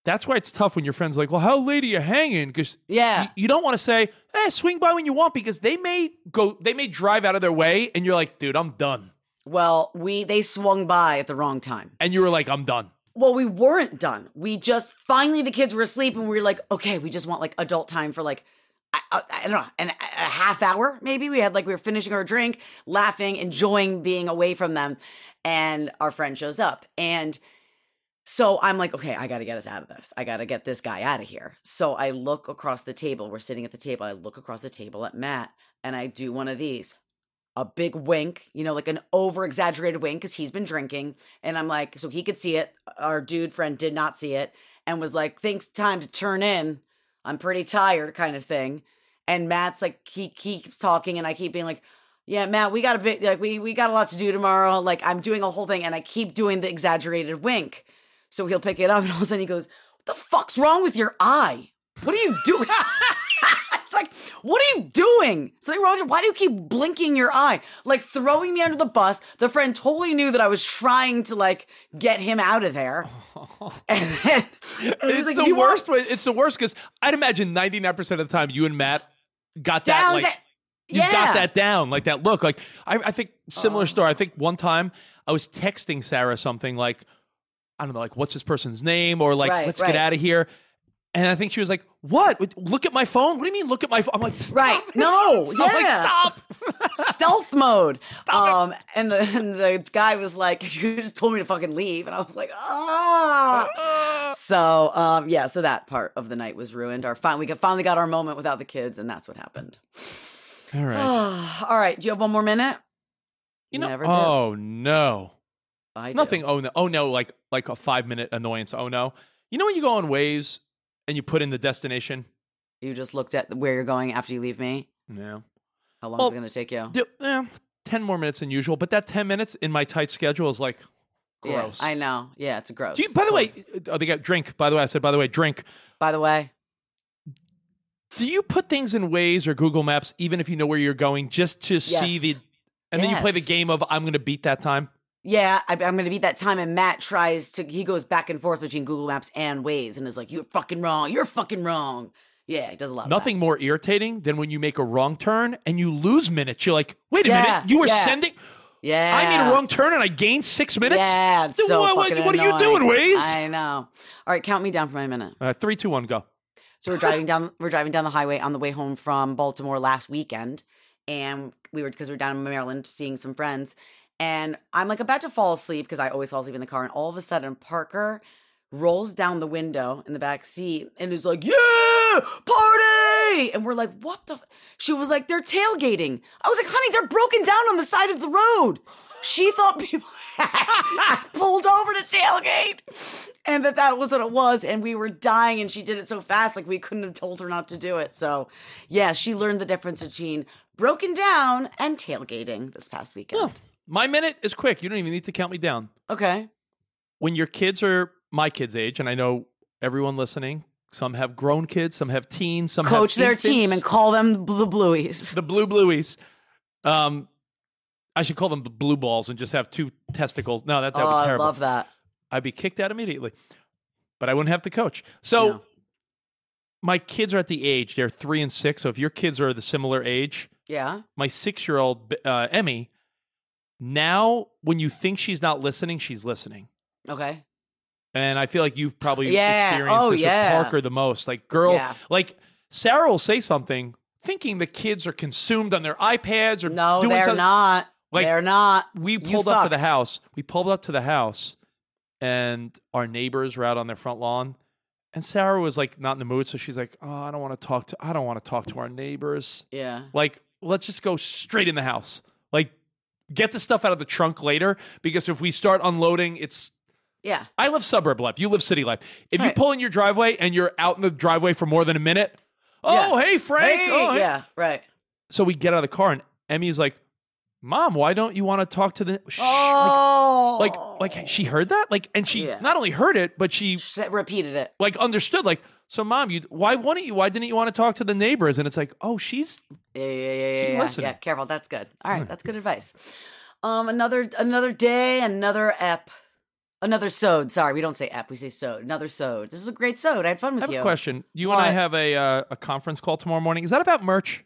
S2: that's why it's tough when your friends like, well, how late are you hanging? Because
S1: Yeah.
S2: you don't want to say, eh, swing by when you want because they may go, they may drive out of their way, and you're like, dude, I'm done.
S1: Well, we, they swung by at the wrong time.
S2: And you were like, I'm done.
S1: Well, we weren't done. We just finally the kids were asleep, and we were like, okay, we just want like adult time for like I, I, I don't know, an, a half hour maybe. We had like we were finishing our drink, laughing, enjoying being away from them, and our friend shows up, and so I'm like, okay, I gotta get us out of this. I gotta get this guy out of here. So I look across the table. We're sitting at the table. I look across the table at Matt, and I do one of these a big wink, you know, like an over exaggerated wink because he's been drinking. And I'm like, so he could see it. Our dude friend did not see it and was like, thinks time to turn in. I'm pretty tired, kind of thing. And Matt's like, he keeps talking, and I keep being like, yeah, Matt, we got a bit, like, we, we got a lot to do tomorrow. Like, I'm doing a whole thing, and I keep doing the exaggerated wink. So he'll pick it up, and all of a sudden he goes, What the fuck's wrong with your eye? What are you doing? it's like, What are you doing? Something wrong with your Why do you keep blinking your eye? Like throwing me under the bus. The friend totally knew that I was trying to like get him out of there. And then and he's
S2: it's
S1: like,
S2: the
S1: "You are
S2: worst. way It's the worst because I'd imagine 99% of the time you and Matt got that.
S1: Down
S2: like,
S1: to.
S2: you
S1: yeah.
S2: got that down, like that look. Like I, I think similar story. I think one time I was texting Sarah something like, I don't know, like what's this person's name or like
S1: Right,
S2: let's
S1: right.
S2: get out of here. And I think she was like, "What? Look at my phone? What do you mean look at my phone?" I'm like, stop
S1: Right.
S2: it."
S1: No.
S2: So I'm like,
S1: Yeah.
S2: stop.
S1: stealth mode.
S2: Stop it.
S1: um, and the and the guy was like, "You just told me to fucking leave," and I was like, "Ah." so, um, yeah. So that part of the night was ruined. Our fin- we got- finally got our moment without the kids, and that's what happened.
S2: All right.
S1: All right. Do you have one more minute?
S2: You know.
S1: Oh, never do.
S2: Oh no.
S1: I do.
S2: Nothing. Oh no. Oh no. Like like a five minute annoyance. Oh no. You know when you go on Waze and you put in the destination.
S1: You just looked at where you're going after you leave me.
S2: No.
S1: How long
S2: Well,
S1: is it going to take you?
S2: Do, eh, ten more minutes than usual, but that ten minutes in my tight schedule is like
S1: Yeah,
S2: gross.
S1: I know. Yeah, it's gross.
S2: Do you, by the
S1: Totally.
S2: way, oh, they got drink. By the way, I said, by the way, drink.
S1: by the way,
S2: Do you put things in Waze or Google Maps, even if you know where you're going, just to see
S1: Yes.
S2: the, and then you play the
S1: Yes.
S2: game of I'm going to beat that time?
S1: Yeah, I, I'm going to beat that time. And Matt tries to, he goes back and forth between Google Maps and Waze and is like, you're fucking wrong. You're fucking wrong. Yeah, he does a lot of that.
S2: Nothing more irritating than when you make a wrong turn and you lose minutes. You're like, wait a
S1: Yeah,
S2: minute, you were
S1: yeah.
S2: sending,
S1: Yeah.
S2: I made a wrong turn and I gained six minutes?
S1: Yeah, it's
S2: Then
S1: so
S2: what, what-
S1: fucking
S2: what are you doing,
S1: annoying.
S2: Waze?
S1: I know. All right, count me down for my minute.
S2: uh, three, two, one, go.
S1: So we're driving down we're driving down the highway on the way home from Baltimore last weekend, and we were because we were down in Maryland seeing some friends, And I'm like about to fall asleep because I always fall asleep in the car. And all of a sudden, Parker rolls down the window in the back seat and is like, Yeah, party. And we're like, What the? F-? She was like, They're tailgating. I was like, Honey, they're broken down on the side of the road. She thought people had pulled over to tailgate and that that was what it was. And we were dying and she did it so fast, like we couldn't have told her not to do it. So, yeah, she learned the difference between broken down and tailgating this past weekend.
S2: Oh, my minute is quick. You don't even need to count me down.
S1: Okay.
S2: When your kids are my kids' age, and I know everyone listening. Some have grown kids, some have teens, some
S1: coach
S2: their
S1: team and call them the blueies.
S2: The blue blueies. Um, I should call them the blue balls and just have two testicles. No, that that
S1: oh,
S2: would be
S1: I
S2: terrible.
S1: love that.
S2: I'd be kicked out immediately, but I wouldn't have to coach. So
S1: No.
S2: my kids are at the age they're three and six. So if your kids are the similar age,
S1: Yeah.
S2: my six-year-old uh, Emmy, now when you think she's not listening, she's listening.
S1: Okay.
S2: And I feel like you've probably
S1: Yeah.
S2: experienced
S1: Oh,
S2: this
S1: yeah.
S2: with Parker the most. Like, girl,
S1: Yeah.
S2: like Sarah will say something thinking the kids are consumed on their iPads or
S1: No,
S2: doing
S1: they're
S2: something.
S1: not.
S2: Like,
S1: they're not.
S2: We
S1: You
S2: pulled up to the
S1: fucked.
S2: house. We pulled up to the house, and our neighbors were out on their front lawn. And Sarah was like not in the mood, so she's like, "Oh, I don't want to talk to. I don't want to talk to our neighbors.
S1: Yeah.
S2: Like, let's just go straight in the house. Like, get the stuff out of the trunk later because if we start unloading, it's
S1: Yeah.
S2: I live suburb life. You live city life. If you
S1: Right.
S2: pull in your driveway and you're out in the driveway for more than a minute, oh
S1: Yes.
S2: hey Frank,
S1: Hey,
S2: oh hey.
S1: yeah. Right.
S2: So we get out of the car and Emmy's like, "Mom, why don't you want to talk to the?" Shh,
S1: Oh.
S2: like, like like she heard that like, and she
S1: Yeah.
S2: not only heard it, but she
S1: She repeated it.
S2: like understood like. So mom, you why wouldn't you? Why didn't you want to talk to the neighbors? And it's like, oh, she's
S1: Yeah, yeah, yeah, yeah.
S2: Keep
S1: yeah,
S2: listening.
S1: yeah. Careful. That's good. All right, that's good advice. Um, another another day, another ep, another sewed. Sorry, we don't say ep, we say sewed. Another sewed. This is a great sewed. I had fun
S2: I
S1: with
S2: have
S1: you.
S2: a question. You and I
S1: What?
S2: have a uh, a conference call tomorrow morning. Is that about merch?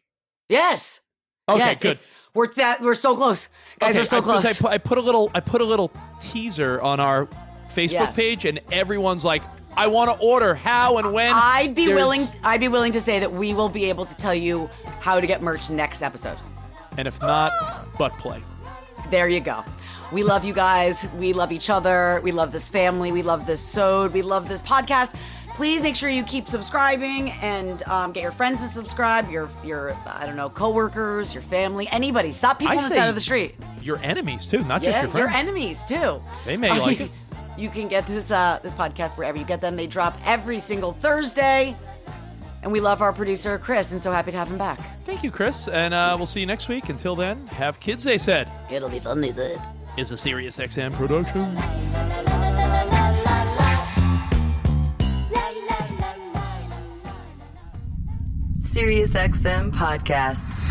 S1: Yes.
S2: Okay,
S1: yes,
S2: good.
S1: it's- We're that. We're so close, guys.
S2: Okay,
S1: we're so
S2: I- 'cause
S1: close.
S2: I put, I put a little I put a little teaser on our Facebook
S1: Yes.
S2: page, and everyone's like, "I want to order. How and when?"
S1: I'd be
S2: There's-
S1: willing. I'd be willing to say that we will be able to tell you how to get merch next episode.
S2: and if not, butt play.
S1: There you go. We love you guys. We love each other. We love this family. We love this sode. We love this podcast. Please make sure you keep subscribing and um, get your friends to subscribe. Your your I don't know coworkers, your family, anybody. Stop people
S2: I
S1: on the
S2: say
S1: side of the street.
S2: Your enemies too, not just
S1: Yeah,
S2: your
S1: your,
S2: friends.
S1: enemies too.
S2: They may like it.
S1: You can get this uh, this podcast wherever you get them. They drop every single Thursday. And we love our producer Chris, and so happy to have him back.
S2: Thank you, Chris, and uh, we'll see you next week. Until then, have kids. They said
S1: It'll be fun, they said.
S2: is a serious XM production.
S5: SiriusXM podcasts.